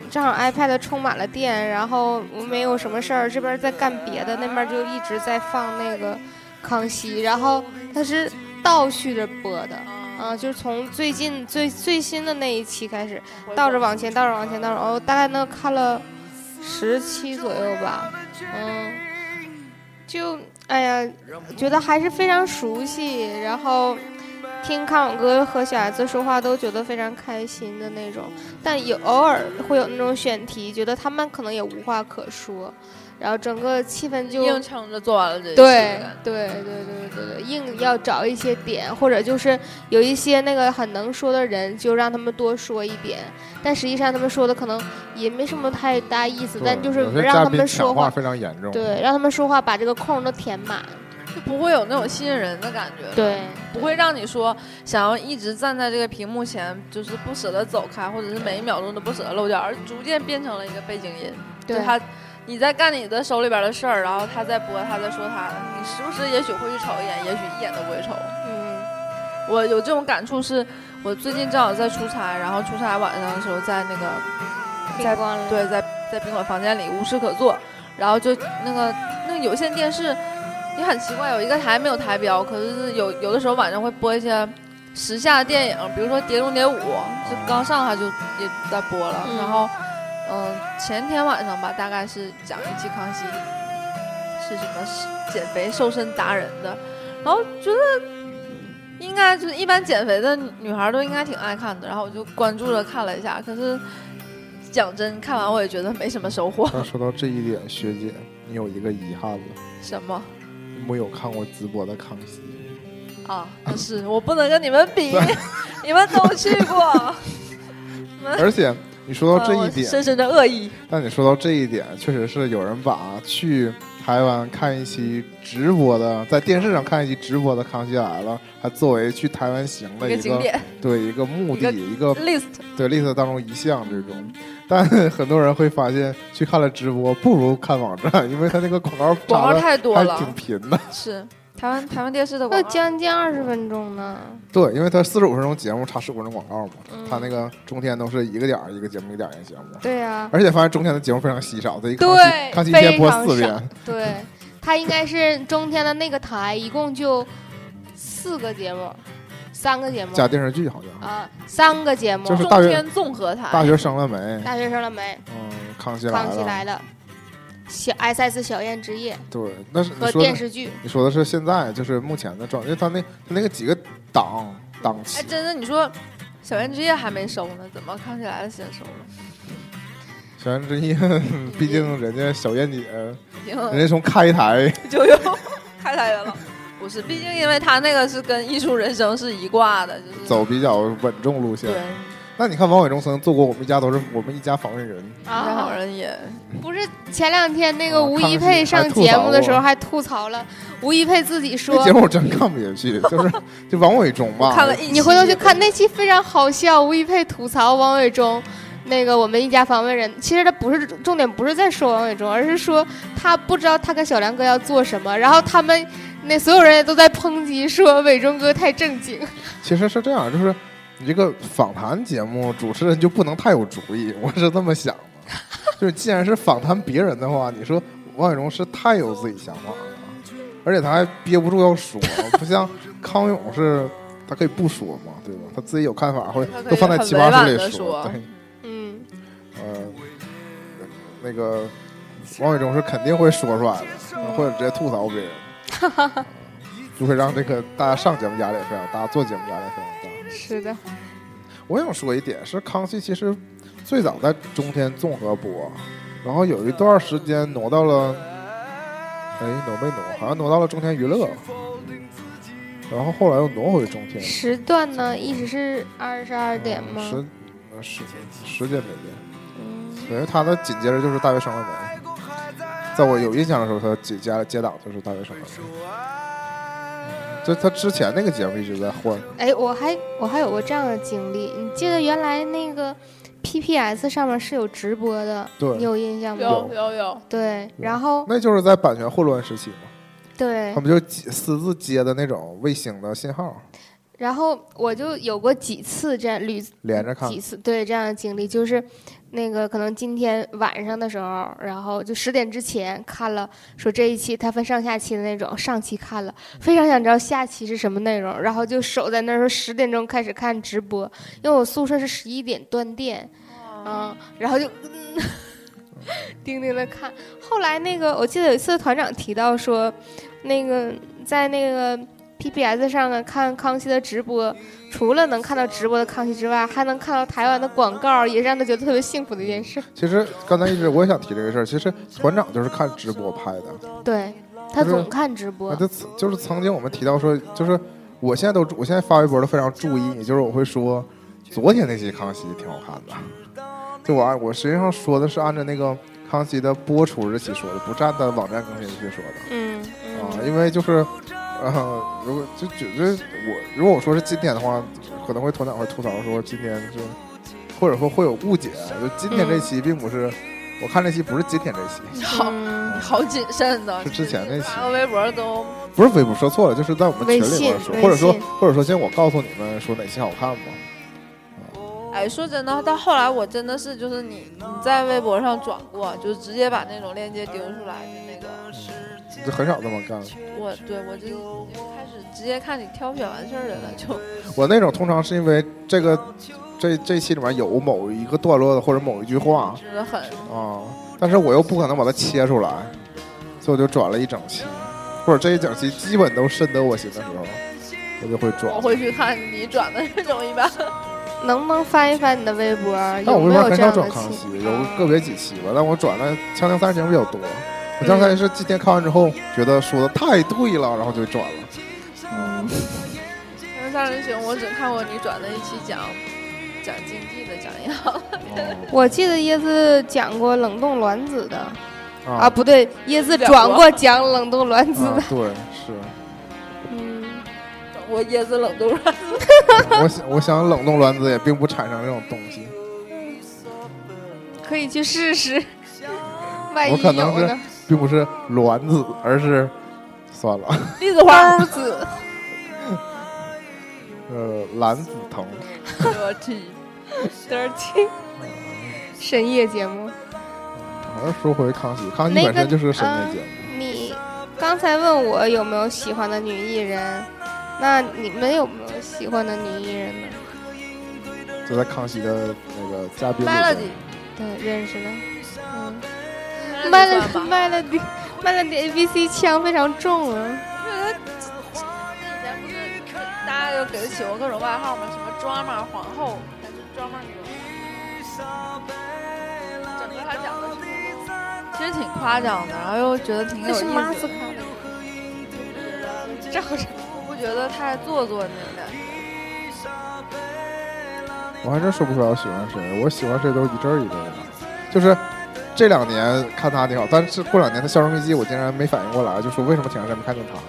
正好 iPad 充满了电，然后我没有什么事儿，这边在干别的，那边就一直在放那个《康熙》，然后它是倒叙着播的，啊、就是从最近最最新的那一期开始，倒着往前，倒着往前，倒着，哦，大概能看了十期左右吧，嗯，就哎呀，觉得还是非常熟悉，然后听康永哥和小孩子说话都觉得非常开心的那种，但有偶尔会有那种选题，觉得他们可能也无话可说，然后整个气氛就
硬撑着做完了这一期
对
感觉
对对对对对，硬要找一些点，或者就是有一些那个很能说的人，就让他们多说一点。但实际上他们说的可能也没什么太大意思，但就是
有些
让
嘉
他
宾
们
抢
说
话
话，
非常严重。
对，让他们说话把这个空都填满。
就不会有那种吸引人的感觉。。
对，
不会让你说想要一直站在这个屏幕前，就是不舍得走开，或者是每一秒钟都不舍得漏掉，而逐渐变成了一个背景音。
对
就他，你在干你的手里边的事儿，然后他在播，他在说他的，你时不时也许会去瞅一眼，也许一眼都不会瞅。
嗯
我有这种感触是，我最近正好在出差，然后出差晚上的时候在那个
听光了。
对，在在宾馆房间里无事可做，然后就那个那个有线电视也很奇怪，有一个台没有台标，可是有有的时候晚上会播一些时下的电影，比如说《碟中谍五》，就刚上它就也在播了，
嗯
然后嗯、前天晚上吧，大概是讲一期康熙是什么是减肥瘦身达人的，然后觉得。应该就是一般减肥的女孩都应该挺爱看的，然后我就关注着看了一下，可是讲真，看完我也觉得没什么收获。
但说到这一点，学姐，你有一个遗憾了，
什 么
你没有看过直播的《康熙》。
啊？不是，我不能跟你们 比，你们都去过。
而且你说到这一
我
点，
深深的恶意。
但你说到这一点，确实是有人把去台湾看一期直播的，在电视上看一期直播的《康熙来了》，还作为去台湾行的
一个
一
景
个
点
对一个目的一个
list，
对 list 当中一项这种。但 很多人会发现，去看了直播不如看网站，因为他那个广告
广
打
告
得
太多
还
了，
挺频的。
是台湾台湾电视的
那
广告。
将近二十分钟呢。
对，因为他四十五分钟节目插十五分钟广告嘛，
嗯
他那个中间都是一个点儿一个节目一个点儿一个节目。
对呀、
而且发现中间的节目非常稀少，这一康
对
熙康熙一天播四
非常
遍
少，对，他应该是中天的那个台，一共就四个节目，三个节目
加电视剧好像。
啊，三个节目。
就是大
中
学
天综合
大
台，
学生了没？
大学生了没？
嗯，康熙来
康熙
了。
来了，小 S S 小燕之夜
对，那是你
和
说
电
的，
视剧，
你说的是现在就是目前的状，因为他那他那个几个档档
哎，
期，
真的，你说小燕之夜还没收呢，怎么康熙来了先收了？
小燕之夜， 毕竟人家小燕姐，
已经
人家从开台，
就又开台了。不是，毕竟因为他那个是跟艺术人生是一挂的，就是
走比较稳重路线
对。，
那你看王伟忠曾做过《我们一家都是我们一家》访问人，
然后
啊，
人也
不是前两天那个
啊
吴
康
一
熙
佩
还
上
吐
节
槽
目的时候
我
还吐槽了，吴一佩自己说
那节，目我真看不下去，就是 就王伟忠吧，
看了一期。
啊你回头去看那期非常好笑，吴一佩吐槽王伟忠。那个我们一家访问人，其实他不是重点，不是在说王伟忠，而是说他不知道他跟小梁哥要做什么，然后他们那所有人也都在抨击说伟忠哥太正经，
其实是这样，就是你这个访谈节目主持人就不能太有主意， 我是这么想的。就是既然是访谈别人的话，你说王伟忠是太有自己想法了，而且他还憋不住要说，不像康永是他可以不说嘛，对吧？他自己有看法会
他可以
都放在
很
奇葩
委婉
说
地
里说。
说
对，
嗯，
呃，那个王伟忠是肯定会说出来的，或者直接吐槽别人，就会让这个大家上节目压力也非常大，做节目压力也非常大。
是的，
我想说一点是，康熙其实最早在中天综合播，然后有一段时间挪到了，哎，挪没挪？好像挪到了中天娱乐，然后后来又挪回中天。
时段呢一直是二十二点吗？嗯
十呃十十点没变，因为他的紧接着就是大学生了没。在我有印象的时候，他接接接档就是大学生了没。就他之前那个节目一直在换，
哎，我还我还有过这样的经历，你记得原来那个《 TPS 上面是有直播的，
对
你有印象吗
有？有有，
对，
有嗯
然后
那就是在版权混乱时期嘛，
对
他，们就接私自接的那种卫星的信号，
然后我就有过几次这样屡
连着看
几次对这样的经历，就是那个可能今天晚上的时候，然后就十点之前看了，说这一期它分上下期的那种，上期看了，非常想知道下期是什么内容，然后就守在那儿说十点钟开始看直播，因为我宿舍是十一点断电，嗯，然后就。嗯 盯盯的看，后来那个我记得有一次团长提到说，那个在那个 PPS 上啊看康熙的直播，除了能看到直播的康熙之外，还能看到台湾的广告，也是让他觉得特别幸福的一件事。
其实刚才一直我也想提这个事儿，其实团长就是看直播拍的，
对他
就是
总看直播
那，啊就曾就是曾经我们提到说，就是我现在都我现在发微博都非常注意，就是我会说昨天那期《康熙》挺好看的，就我按我实际上说的是按照那个《康熙》的播出日期说的，不是按它网站更新日期说的
嗯
啊，
嗯，
因为就是呃，如果就觉得我如果我说是今天的话，可能会团长会吐槽说今天是或者说会有误解，啊就今天这期并不是、我看这期不是今天这期，
好
嗯
好谨慎的，
是之前那期
发个微博都
不是微博说错了，就是在我们群里边说，
微信
或者说
微信
或者说，现在我告诉你们说哪期好看吧。
哎，说真的，到后来我真的是就是你你在微博上转过，就直接把那种链接丢出来的那个，
就很少这么干。
我对我就已经开始直接看你挑选完事儿的了，就
我那种通常是因为这个这这期里面有某一个段落的或者某一句话
真的很
啊，但是我又不可能把它切出来，所以我就转了一整期，或者这一整期基本都深得我心的时候，我就会转
我。会去看你转的那种一般。
能不能翻一翻你的微博？
但
有
我为
没
啥很
有这
少
样
转
的
康
情
熙？有个别几期吧，但我转了《锵锵三人行》比较多。我《锵锵三人行》今天看完之后，觉得说的太对了，然后就转了。嗯
因为三人行，我只看过你转的一期讲讲经济的讲样，
哦
我记得椰子讲过冷冻卵子的啊，
啊
不对，椰子转过讲冷冻卵子的
啊，，对， 是。
嗯，
我椰子冷冻软。
我想，我想冷冻卵子也并不产生这种东西，
可以去 试试，万
我
一
可能
有
是
呢？
并不是卵子，而是算了，
栗子花，
子，
呃，卵子疼。
我去，
dirty，深夜节目。
还是说回康熙，康熙
那
本身
个
就是深
呃
夜节目，
你刚才问我有没有喜欢的女艺人，那你们有没有喜欢的女艺人呢？
就在康熙的那个嘉宾里
麦了
边
几，
对，认识的。嗯
麦了
，Melody
吧。
Melody Melody A B C 腔非常重啊。
以前不是大家就给他起过各种外号吗？什么抓马皇后，还是抓马女王？整个还讲的是什么其实挺夸张的，然后又觉得挺有
那
意
是马
思
斯
的
卡，的，
这好像不觉得太做作那种感觉。
我还真说不出来我喜欢谁，我喜欢谁都是一阵儿一阵儿的，就是这两年看他挺好，但是过两年他销声匿迹，我竟然没反应过来，就说为什么前两天没看见他，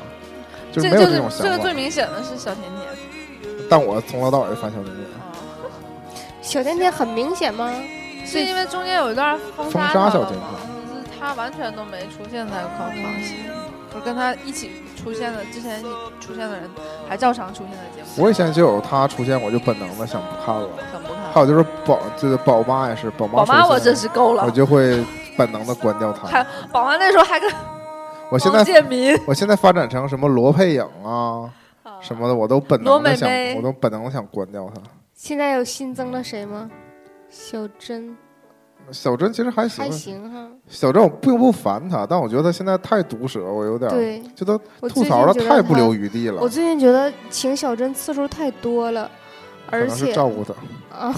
就是
这
没
个
有
就
这种
是
想
这个
法。
最明显的是小甜甜，
但我从头到尾就翻小甜甜。
小甜甜很明显吗？
是因为中间有一段封
封
杀
杀
她
小
了
甜
嘛，就是她完全都没出现在康康熙，就跟她一起出现的之前出现的人还照常出现在节目，
我以前就有他出现，我就本能的想不看了。
很不看
还。有就是宝，就是宝妈也是，宝妈
宝妈
出现
我真是够了
我，就会本能的关掉
还
它。
宝妈那时候还跟
我现
王
在
建民
我现在发展成什么罗佩影啊什么的，我都本能的想
罗美，美
我都本能的想关掉它。
现在有新增了谁吗？小珍
小珍其实还行，
还行哈，
小珍我并不烦她，但我觉得她现在太毒舌，我有点儿
对
就都
我
啊吐
最近
槽的
觉得
太不
她
留余地了
我。最近觉得请小珍次数太多了，
可
而
能是
且
照顾她，
啊，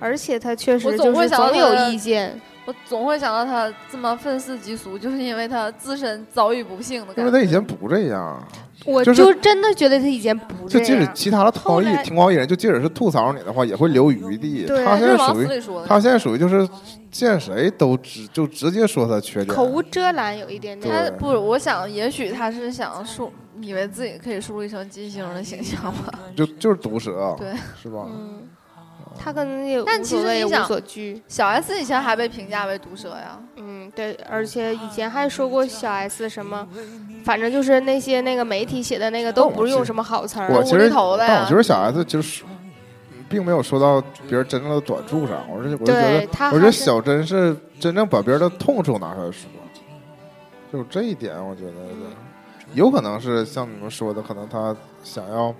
而且他确
我
实
总
就
会
是
想到
总
他
有
的
意见，
我总会想到她这么愤世嫉俗，就是因为她自身遭遇不幸的
因
感
为
觉。
她以前不这样。
我
就是
就真的觉得他以前不
就
这
即使
样。
其他的同行
后
业
来
听广艺人，就即使是吐槽你的话，也会留余地。
对
她
就
现
哎是
在
往
属
死
于
里说的。
她现在属于就是见谁都直就直接说她缺点，
口无遮拦，有一点点
对
她哎不，我想也许她是想树，以为自己可以树立成金星的形象吧。
就就是毒舌，
对，
是吧？
嗯，他可能也
但
无
其
所
实
谓
你
无
想
所惧。
小 S 以前还被评价为毒舌呀，
嗯，对，而且以前还说过小 S 什么，
嗯
反正就是那些那个媒体写的那个都
但我
不是
其
用
实
什么好词儿。
我其实，
无厘头的呀
但我觉得小 S 就是，并没有说到别人真正的短处上。我是我就觉得
对，他
我觉
还
得
是
小珍是真正把别人的痛处拿出来说，就这一点，我觉得有可能是像你们说的，可能他想要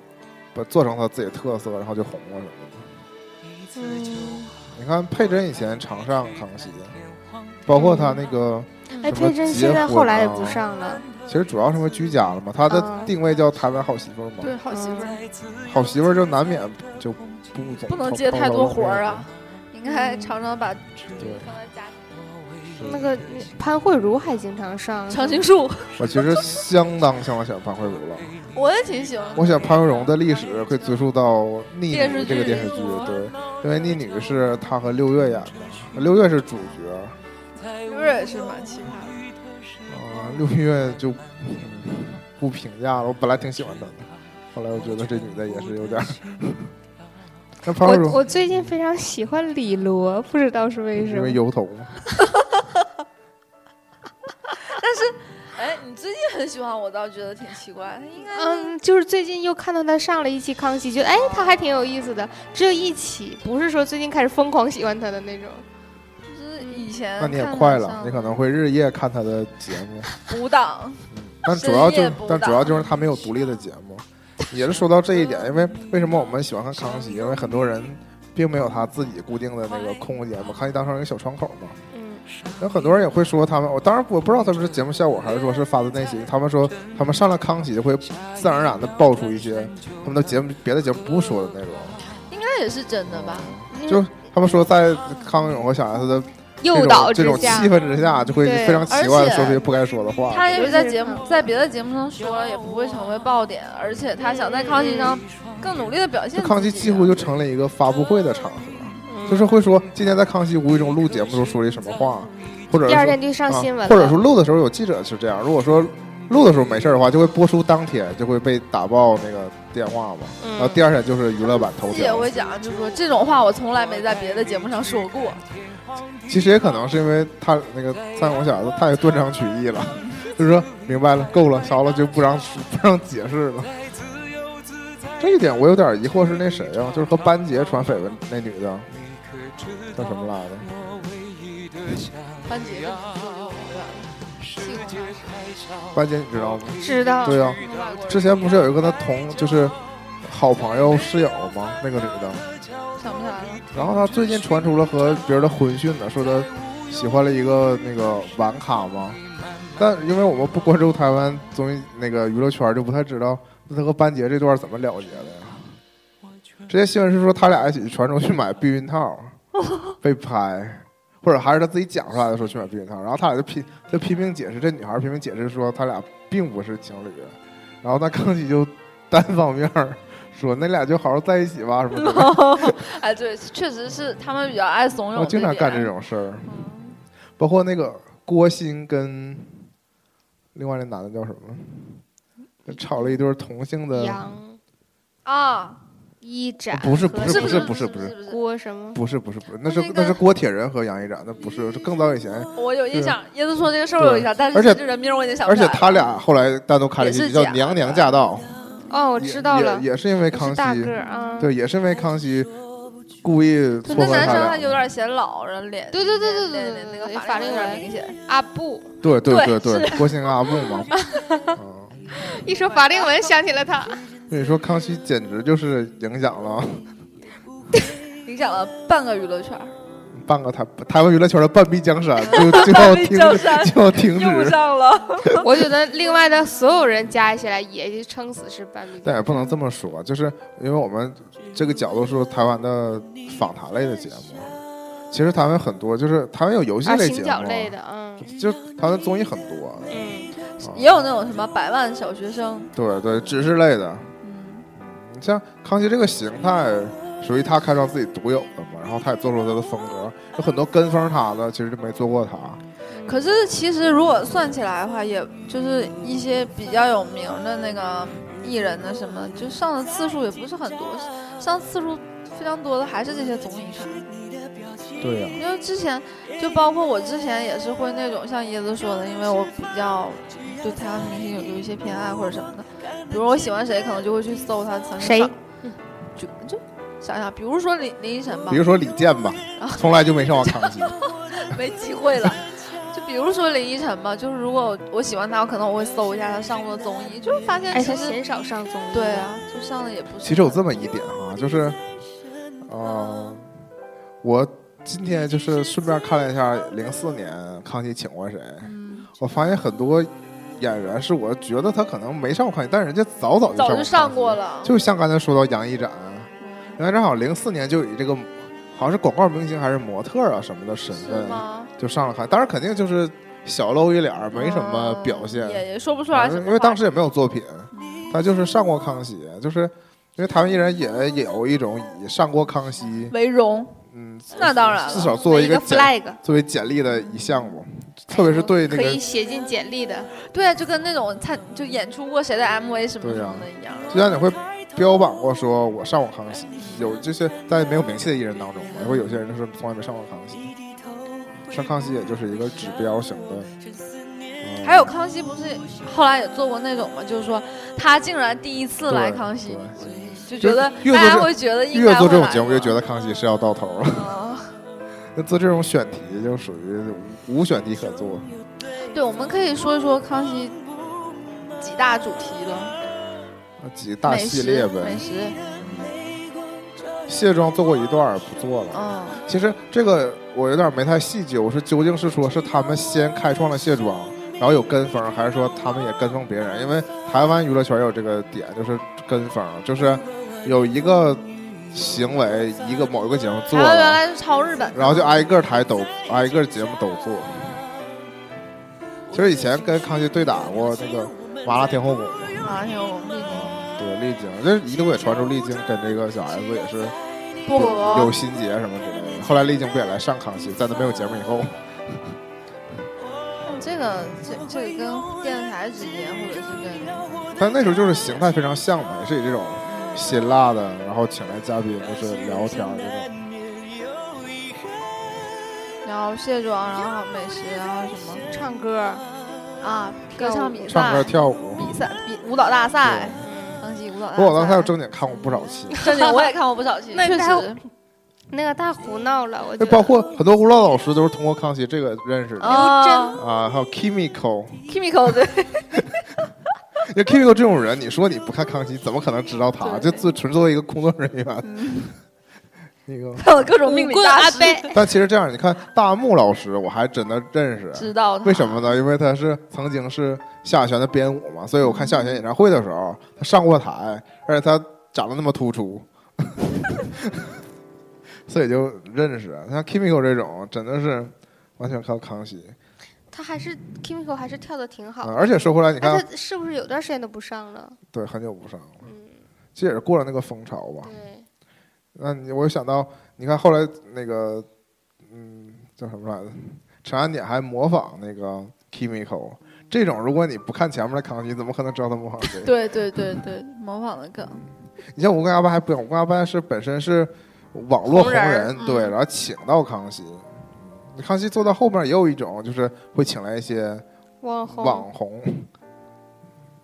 把做成他自己的特色，然后就红了什么的。
嗯，
你看佩珍以前常上康熙，包括他那个，
哎，
什么
佩珍
结
现在后
婚
来也
啊
不上了。
其实主要是因为居家了嘛，他的
嗯
定位叫台湾好媳妇儿嘛，
啊对， 好媳妇儿
好媳妇儿就难免就不总
不能
偷
接太多活儿，
偷
啊，应该常常把
偷对。
放在家庭。
嗯那个潘慧茹还经常上，
常青树，
我其实相当相当喜欢潘慧茹了。
我也挺喜欢。
我想潘慧茹的历史可以追溯到《逆女
电视》剧
这个电视剧，对，因为《逆女》是她和六月演的，六月是主角，
刘也是蛮奇葩的，
啊、六月就、嗯不评价了。我本来挺喜欢她的，后来我觉得这女的也是有 点儿。那潘慧
我
茹
我最近非常喜欢李罗，不知道是为什
因
么
为。油头嘛，
哎，你最近很喜欢我，倒觉得挺奇怪。他应该
嗯，就是最近又看到他上了一期《康熙》，觉得哎，他还挺有意思的。只有一期，不是说最近开始疯狂喜欢他的那种。
就是以前
呃
那你也
看
快
他
了，
上
你可能会日夜看她的节目，
补档，
但主要就
深夜不
但
打
主要就是她没有独立的节目。也是说到这一点，因为为什么我们喜欢看《康熙》？因为很多人并没有他自己固定的
哎
那个空间嘛，《康熙》当成一个小窗口嘛。
嗯，
有很多人也会说他们，我当然我不知道他们是节目效果还是说是发自内心。他们说他们上了《康熙》就会自然而然的爆出一些他们的节目别的节目不说的内容，
应该也是真的吧？
就他们说在康永和小 S 的
诱
这
导
种这
之
种气
下，
氛之下，就会
对
非常奇怪
而
的
且
说出一些不该说的话。
他也许在节
尤其
目
是
在别的节目上说了，也不会成为爆点，而且他想在康熙上更努力的表现
就。康熙几乎就成了一个发布会的场合，就是会说今天在康熙无意中录节目的时候说了一什么话，或者是
第
说
二天就上新闻了。
啊，或者说录的时候有记者是这样，如果说录的时候没事儿的话，就会播出当天就会被打爆那个电话嘛，
嗯
然后第二天就是娱乐版头
自己也
条
会。讲，就说这种话我从来没在别的节目上说过。
其实也可能是因为他那个蔡红小子太断章取义了， 就是说明白了，够了，烧了就不让 说不让解释了。这一点我有点疑惑，是那谁呀、就是和班杰传绯闻那女的，叫什么来着？
班杰跟你说就无缘了，幸福还是
班杰你知道吗？
知道。
对呀、啊
外国人
之前不是有一个他同就是好朋友室友吗？那个女的，
想不起来了。
然后她最近传出了和别人的婚讯呢，说她喜欢了一个那个玩咖嘛。但因为我们不关注台湾综艺那个娱乐圈，就不太知道那她和班杰这段怎么了结的呀？这些新闻是说他俩一起传出去买避孕套，被拍，或者还是他自己讲出来的说去买避孕套，然后他俩就批就批评解释，这女孩批评解释说他俩并不是情侣，然后那康熙就单方面儿说那俩就好好在一起吧什么之类的。
哎，对，确实是他们比较爱怂恿，
我哦经常干这。种事儿，包括那个郭鑫跟另外那男的叫什么，吵了一对同性的，
杨
啊，
一展
不是
和
不是
那
不
个
不
不
是
是
不
不是
是，
郭什么？
不是不是不是，那是
那个
那是郭铁人和杨一展，那不是，是更早以前，
我有印象，椰子说这个事儿我有印象，但是
而且
这人名我已经想不
而
起来
且
了。
他俩后来单独开了一
也
集
是
叫
假
《
的
娘娘驾到》，
哦，我
也
知道了，
也也是因为
是
康
大
熙
个，儿啊。
对，也是因为康熙故意撮
对那
合
男
他
生还
俩，
有点显老，然后脸
对对对对对
脸
对
脸
对
那个
对
法
法
令
令
有点
纹
明显。
阿布，
对对
对
对对，郭鑫阿布嘛，嗯。
一说法令纹想起了他。
所以说康熙简直就是影响了
影响了半个娱乐圈儿，
半个台台湾娱乐圈的半壁江 山，就就要停
半壁江 山
止，就要停
用
止。
上了。
我觉得另外的所有人加起来也撑死是半 壁江山。
但也不能这么说，就是因为我们这个角度说台湾的访谈类的节目，其实台湾很多，就是台湾有游戏
啊，
类
行
节
脚
目，
类的，嗯
就台湾综艺很多，
嗯，
啊
也有那种什么百万小学生，
对对知识类的。
嗯，
你像康熙这个形态，属于他开创自己独有的嘛，然后他也做出了他的风格，有很多跟风他的，其实就没做过他。
可是其实如果算起来的话，也就是一些比较有名的那个艺人的什么，就上的次数也不是很多，上次数非常多的还是这些综艺上。
对呀、
因为之前就包括我之前也是会那种像椰子说的，因为我比较对台湾明星有有一些偏爱或者什么的，比如我喜欢谁，可能就会去搜他曾经
谁
上，就就想想，比如说林林依晨吧
嗯
比，如说李健吧，
哦
从来就没上过康熙。
没机会了。就比如说林依晨吧，就是如果我喜欢他，我可能我会搜一下他上过的综艺，就发现
哎，
其
他
实
鲜少上综艺。
对，啊，就上的也不是。
其实有这么一点哈、就是，呃，我今天就是顺便看了一下零四年康熙请过谁，
嗯
我发现很多演员是我觉得他可能没上过康熙，但人家早早就
早就上过
了。
了，
就像刚才说到杨一展，杨一展好像零四年就以这个好像是广告明星还是模特啊什么的身
是
份
吗？
就上了康熙，当然肯定就是小露一脸儿，没什么
啊
表现。
也也说不出来什么话。
因为当时也没有作品，他就是上过康熙，就是因为台湾艺人也也有一种以上过康熙，
为荣，
嗯，
那当然了
至少作为一
一个
简
flag，
作为简历的一项目，特别是对那
可以
个，
写进简历的。
对啊，就跟那种参就演出过谁的 MV 什么
对
什
啊
么的一样。
就像你会标榜过说我上过康熙，有就是在没有名气的艺人当中，嘛，会有些人就是从来没上过康熙，上康熙也就是一个指标型的，嗯
还有康熙不是后来也做过那种嘛，就是说他竟然第一次来康熙，
对
就觉得
就是越
大
做
家
这
会觉得应
越
该
做
会
这种
来
节目越
嘛
觉得康熙是要到头了。
嗯
那做这种选题就属于无选题可做。
对，我们可以说一说康熙几大主题了，
几大
美
系
食
列呗
美。食，
卸妆做过一段儿，不做了。
嗯，
其实这个我有点没太细究，是究竟是说是他们先开创了卸妆，然后有跟风，还是说他们也跟风别人？因为台湾娱乐圈有这个点，就是跟风，就是有一个行为，一个某一个节目做
台湾原
了，
来是抄日本的，
然后就挨个台都挨个节目都做。其实以前跟康熙对打过那个麻辣天后宫嘛。
啊，挺有我们
对，丽晶，这一度也传出丽晶跟这个小 S 也是
不合
有心结什么之类的。后来丽晶不也来上康熙，在她没有节目以后，
这个这这个跟电视台之间或者是跟
但那时候就是形态非常像嘛，也是以这种辛辣的，然后请来嘉宾就是聊天儿这种。
然后卸妆，然后美食，然后什么
唱歌，
啊，歌唱比赛、
唱歌跳舞，
比赛、比舞蹈大赛，
嗯
康熙舞蹈大
不
赛。
过我当时有正经看过不少期，
正 经我也看过不少剧，
那
确
大家
实
那个大胡闹了，我觉
那
得
哎包括很多舞蹈老师都是通过康熙这个认识的。
啊
啊，还有 Kimiko，
，Kimiko 对，
因为 Kimiko 这种人，你说你不看康熙，怎么可能知道他？就
对嗯
自纯作为一个工作人员， 那个
看了各种命
舞
理
棍
大
阿
师，
贝，
但其实这样，你看大木老师，我还真的认识。
知道他
为什？么呢？因为他是曾经是夏雨璇的编舞嘛，所以我看夏雨璇演唱会的时候，他上过台，而且他长得那么突出， 所以就认识。啊像 Kimiko 这种，真的是完全靠康熙。
他还是 Kimiko 还是跳的挺好
嗯，。而且说回来，你
哎，
看，
他是不是有段时间都不上了？
对，很久不上了，
嗯，
其实也是过了那个风潮吧。
对，
那你我又想到，你看后来那个，嗯，叫什么来着？陈安典还模仿那个 Kimiko，这种如果你不看前面的康熙，怎么可能知道他模仿谁？
对对对对，模仿的梗，
你像吴哥阿巴还不一样，吴哥阿巴是本身是网络红
红人
人，
嗯
对，然后请到康熙。康熙做到后面也有一种，就是会请来一些
网
网
红
红。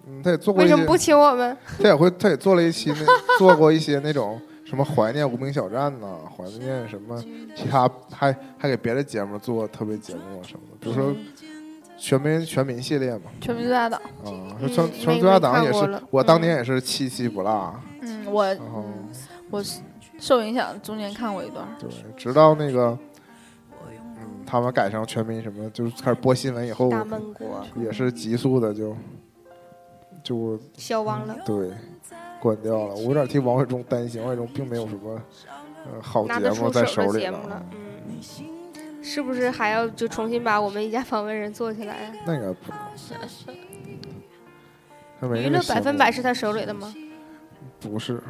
嗯，他也做过
为
一些
什么不请我们？
他也会，他也做了一期那做过一些那种什么怀念无名小站呐、怀念什么其他，还还给别的节目做特别节目啊什么的，比如
嗯
说全民全民系列嘛，
全民最大党。
啊，说全
嗯
全民
没
最大党
没
也
看过
是
了，
我
嗯
当年也是七期不落，
嗯，我
然后
我受影响，中间看过一段。
对，直到那个嗯，他们改成全民什么，就是开始播新闻以后，
大闷锅，
也是急速的就就
消亡了，
对，关掉了。我有点替王伟忠担心，王伟忠并没有什么呃好
拿
节
得
目
出
在
手的
里
节目了。嗯，是不是还要就重新把我们一家访问人做起来啊？
那个不，他没
娱
那
乐
个
百
闲
分
工
百
夫
是他手里的吗？
不是。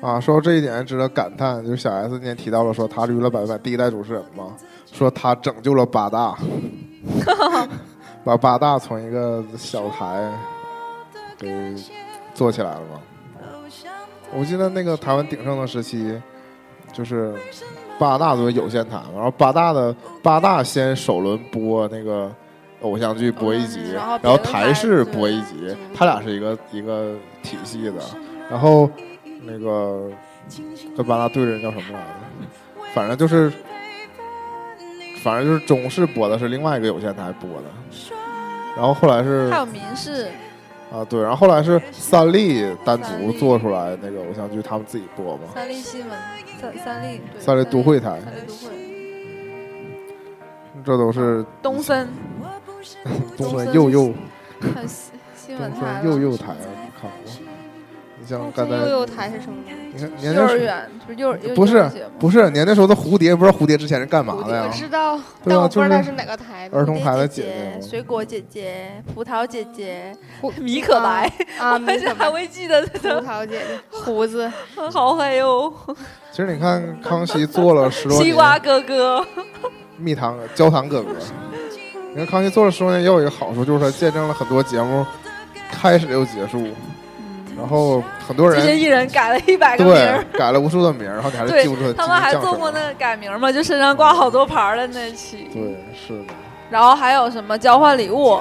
啊，说到这一点值得感叹，就是小 S 今天提到了说她是娱乐百分百第一代主持人嘛，说她拯救了八 大，把八大从一个小台给做起来了嘛。我记得那个台湾鼎盛的时期，就是八大作为有线台嘛，然后八大的八大先首轮播那个偶像剧播一集，
嗯
然
然
后
后
台视播一集
嗯，
他俩是一个一个体系的。然后那个跟八大对着人叫什么来着？反正就是，反正就是中视播的是另外一个有线台播的，然后后来是
还有民视，
啊，对，然后后来是三立单独做出来那个偶像剧，他们自己播嘛。
三立新闻，三三立对
三立都会台，
三立都会，
这都是
东森
东森幼幼
看新新闻
东
台
森
了，
幼幼台，你看过？你像嗯刚才
悠悠台是什么？
你看年
幼
哎那
儿
时
园不是幼儿幼
不
幼儿
是
节目
不是年那时候的蝴蝶，不知道蝴蝶之前是干嘛的
我
呀？
知道，
对
但
啊
我不
就
知道它
是
是哪个台的。
儿童台的姐
姐、
姐
水果姐姐、葡萄姐姐、
胡
米可白，
啊，
但是还会记得
胡桃姐姐，胡子，
好黑哦，
嘛。其实你看康熙做了十多
西瓜
年，
哥哥，
蜜糖焦糖哥哥。你看康熙做了十多年，也有一个好处，就是他见证了很多节目开始又结束，然后很多
这些
人
艺人改嗯了一百个名儿。
对改了无数的名儿，然后你还是
对
记不住
他们还
叫
做
什
过
么
那个改名嘛，就身上挂好多牌儿的那期，
对，是的。
然后还有什么交换礼物，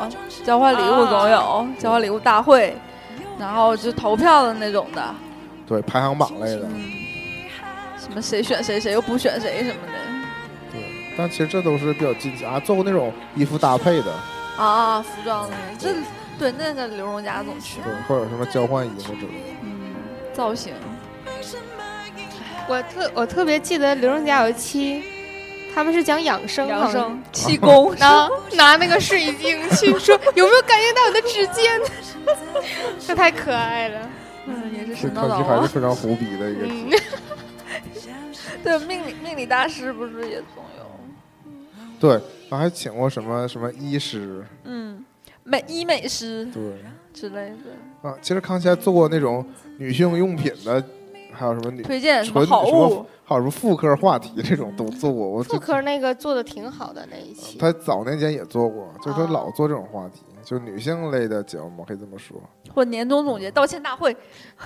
交换礼物总有、
啊
交换礼物大会，然后就投票的那种的，
对排行榜类的，
什么谁选谁谁又不选谁什么的
对，但其实这都是比较近期啊，做过那种衣服搭配的，
啊，服装的这对那个刘荣家总去
对，或者什么交换衣服之类的。
嗯造型，
我特我特别记得刘正家有一期，他们是讲养生，
养生、气功，
然后拿那个试衣镜去说有没有感觉到我的指尖，这 太可爱了。
嗯，也是
这
神叨
康熙
叨
还是
啊。
非常胡逼的一 个
嗯，
对，命理命理大师不是也总有？
对，他还请过什么什么医师，
嗯，美医美师
对
之类的
啊，其实康熙还做过那种女性用品的，还有什么女
推荐什么
纯
好
什么
物，
还有什么妇科话题这种都做过，我
妇
就
科那个做的挺好的那一期，
他早年间也做过，就是他
啊
老做这种话题，就女性类的节目可以这么说。
或年终总结、道歉大会，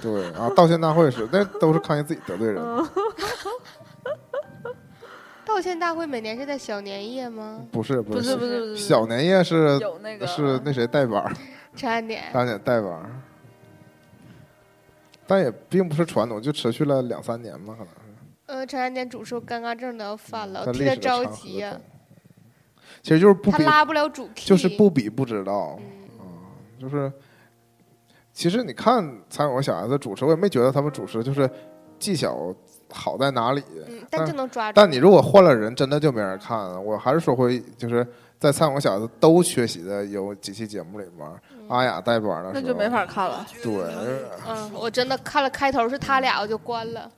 对，然后道歉大会是， 那都是康熙自己得罪人，
道歉大会每年是在小年夜吗？
不是不
不是不是不是
小年夜是
有那个
是那谁代班儿，
陈汉典，
张姐代班儿，但也并不是传统，就持续了两三年吧，可能是。
呃，陈汉典主说尴尬症都要犯了，
在
我
嗯历
替
史的
他
长
着
河
急呀
中，其实就是不
他
比，
拉不了主 key，
就是不比不知道，嗯，就是其实你看《采访小孩子》主持，我也没觉得他们主持就是技巧好在哪里，
嗯，
但
但就能抓住。
但你如果换了人，真的就没人看了。我还是说回，就是在《菜我小子》都缺席的有几期节目里面，阿雅代班的时候，
那就没法看了。
对。
嗯，我真的看了开头是他俩，我就关了。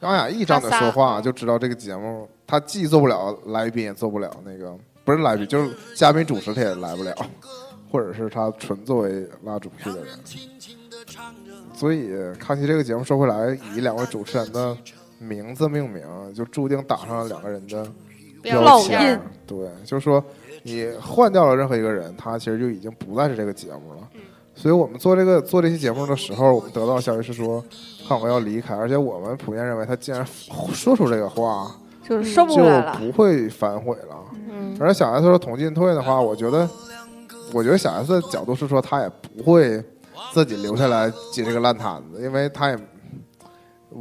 阿雅一张嘴说话就知道这个节目，她既做不了来宾，也做不了那个不是来宾，就是嘉宾主持，她也来不了，或者是她纯作为拉主 K 的人。所以康熙这个节目说回来，以两位主持人的名字命名，就注定打上了两个人的标
烙
签
印
儿。对，就是说你换掉了任何一个人，他其实就已经不再是这个节目
嗯
了。所以我们做这个做这期节目的时候，我们得到的消息是说，汉国要离开，而且我们普遍认为他既然说出这个话，
就是嗯受不
就
了了。
不会反悔了。
嗯，
而且小 S 说同进退的话，我觉得，我觉得小 S 的角度是说他也不会自己留下来接这个烂摊子，因为他也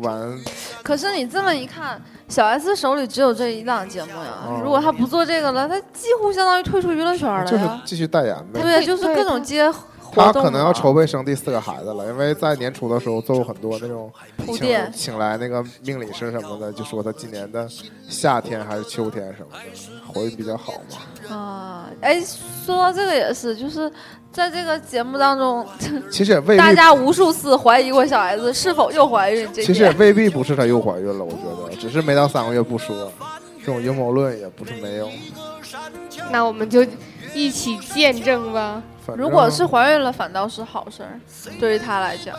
完
可是你这么一看，小 S 手里只有这一档节目呀
哦。
如果他不做这个了，他几乎相当于退出娱乐圈了
就是
呀。
继续代言呗。
对，啊就是各种接
他
活动。
可能要筹备生第四个孩子了，因为在年初的时候做过很多那种
铺
请
垫
请来那个命理师什么的，就说他今年的夏天还是秋天什么的，活运比较好嘛。
啊。哎，说到这个也是，就是在这个节目当中，
其实也未
大
必，
家无数次怀疑过小 S 是否又怀孕这
其实也
点。
未必不是她又怀孕了，我觉得只是没到三个月不说，这种阴谋论也不是没有。
那我们就一起见证吧。
反正
如果是怀孕了，反倒是好事儿，对于她来讲。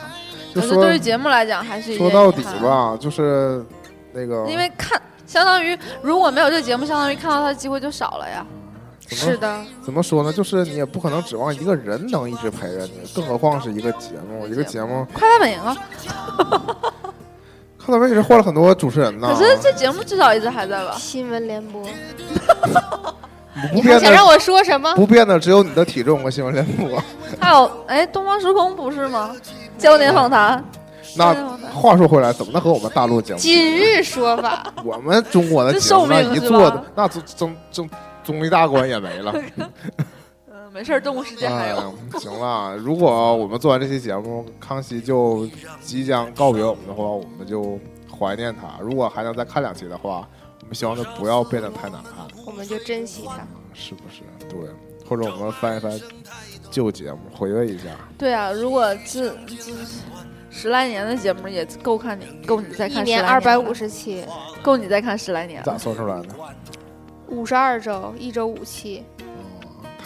就
可是
说
对于节目来讲，还是一
说
件
到
遗
底
憾，
吧，就是那个
因为看相当于如果没有这个节目，相当于看到她的机会就少了呀。
怎么
是的，
怎么说呢，就是你也不可能指望一个人能一直陪着你，更何况是一个节目，一个节目。
快乐本营啊，
看到没也是换了很多主持人呢
可，是这节目至少一直还在吧？
新闻联播，
不
你还
变
想让
的
我说什么？
不变的只有你的体重和新闻联 播。
还有，哎，东方时空不是吗？焦点访谈，
那
焦点访谈
话说回来，怎么能和我们大陆节目？
今日说法，
我们中国的
这
节目
寿命
那
了
一
是
做
吧
的，那综综综综艺大观也没 了。
嗯，没事儿，动物世界还有。
哎行了，如果我们做完这期节目，康熙就即将告别我们的话，我们就怀念他。如果还能再看两期的话，我们希望他不要变得太难看，
我们就珍惜它。
是不是？对，或者我们翻一翻旧节目，回味一下。
对啊，如果这这十来年的节目也够看你，够你再
一
看
年
10来
二百
了
五，十期，
够你再看十来年
咋
了。
算出来的？
五十二周，一周五期，
哦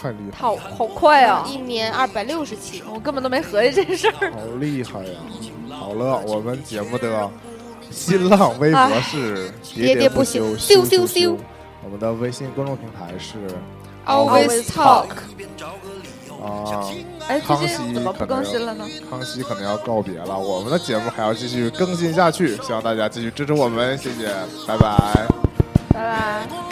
太厉害，
好好快啊！
一年二百六十期。
我根本都没合计这事儿。
好厉害呀！好了，我们节目的 新浪微博是喋
喋喋不
休，休
休咻
休
咻咻
休。我们的微信公众平台是
Always talk。
啊。
哎，最
康熙
近怎么不
可能
更新了呢？
康熙可能要告别了，我们的节目还要继续更新下去，希望大家继续支持我们，谢谢，拜拜。
拜拜。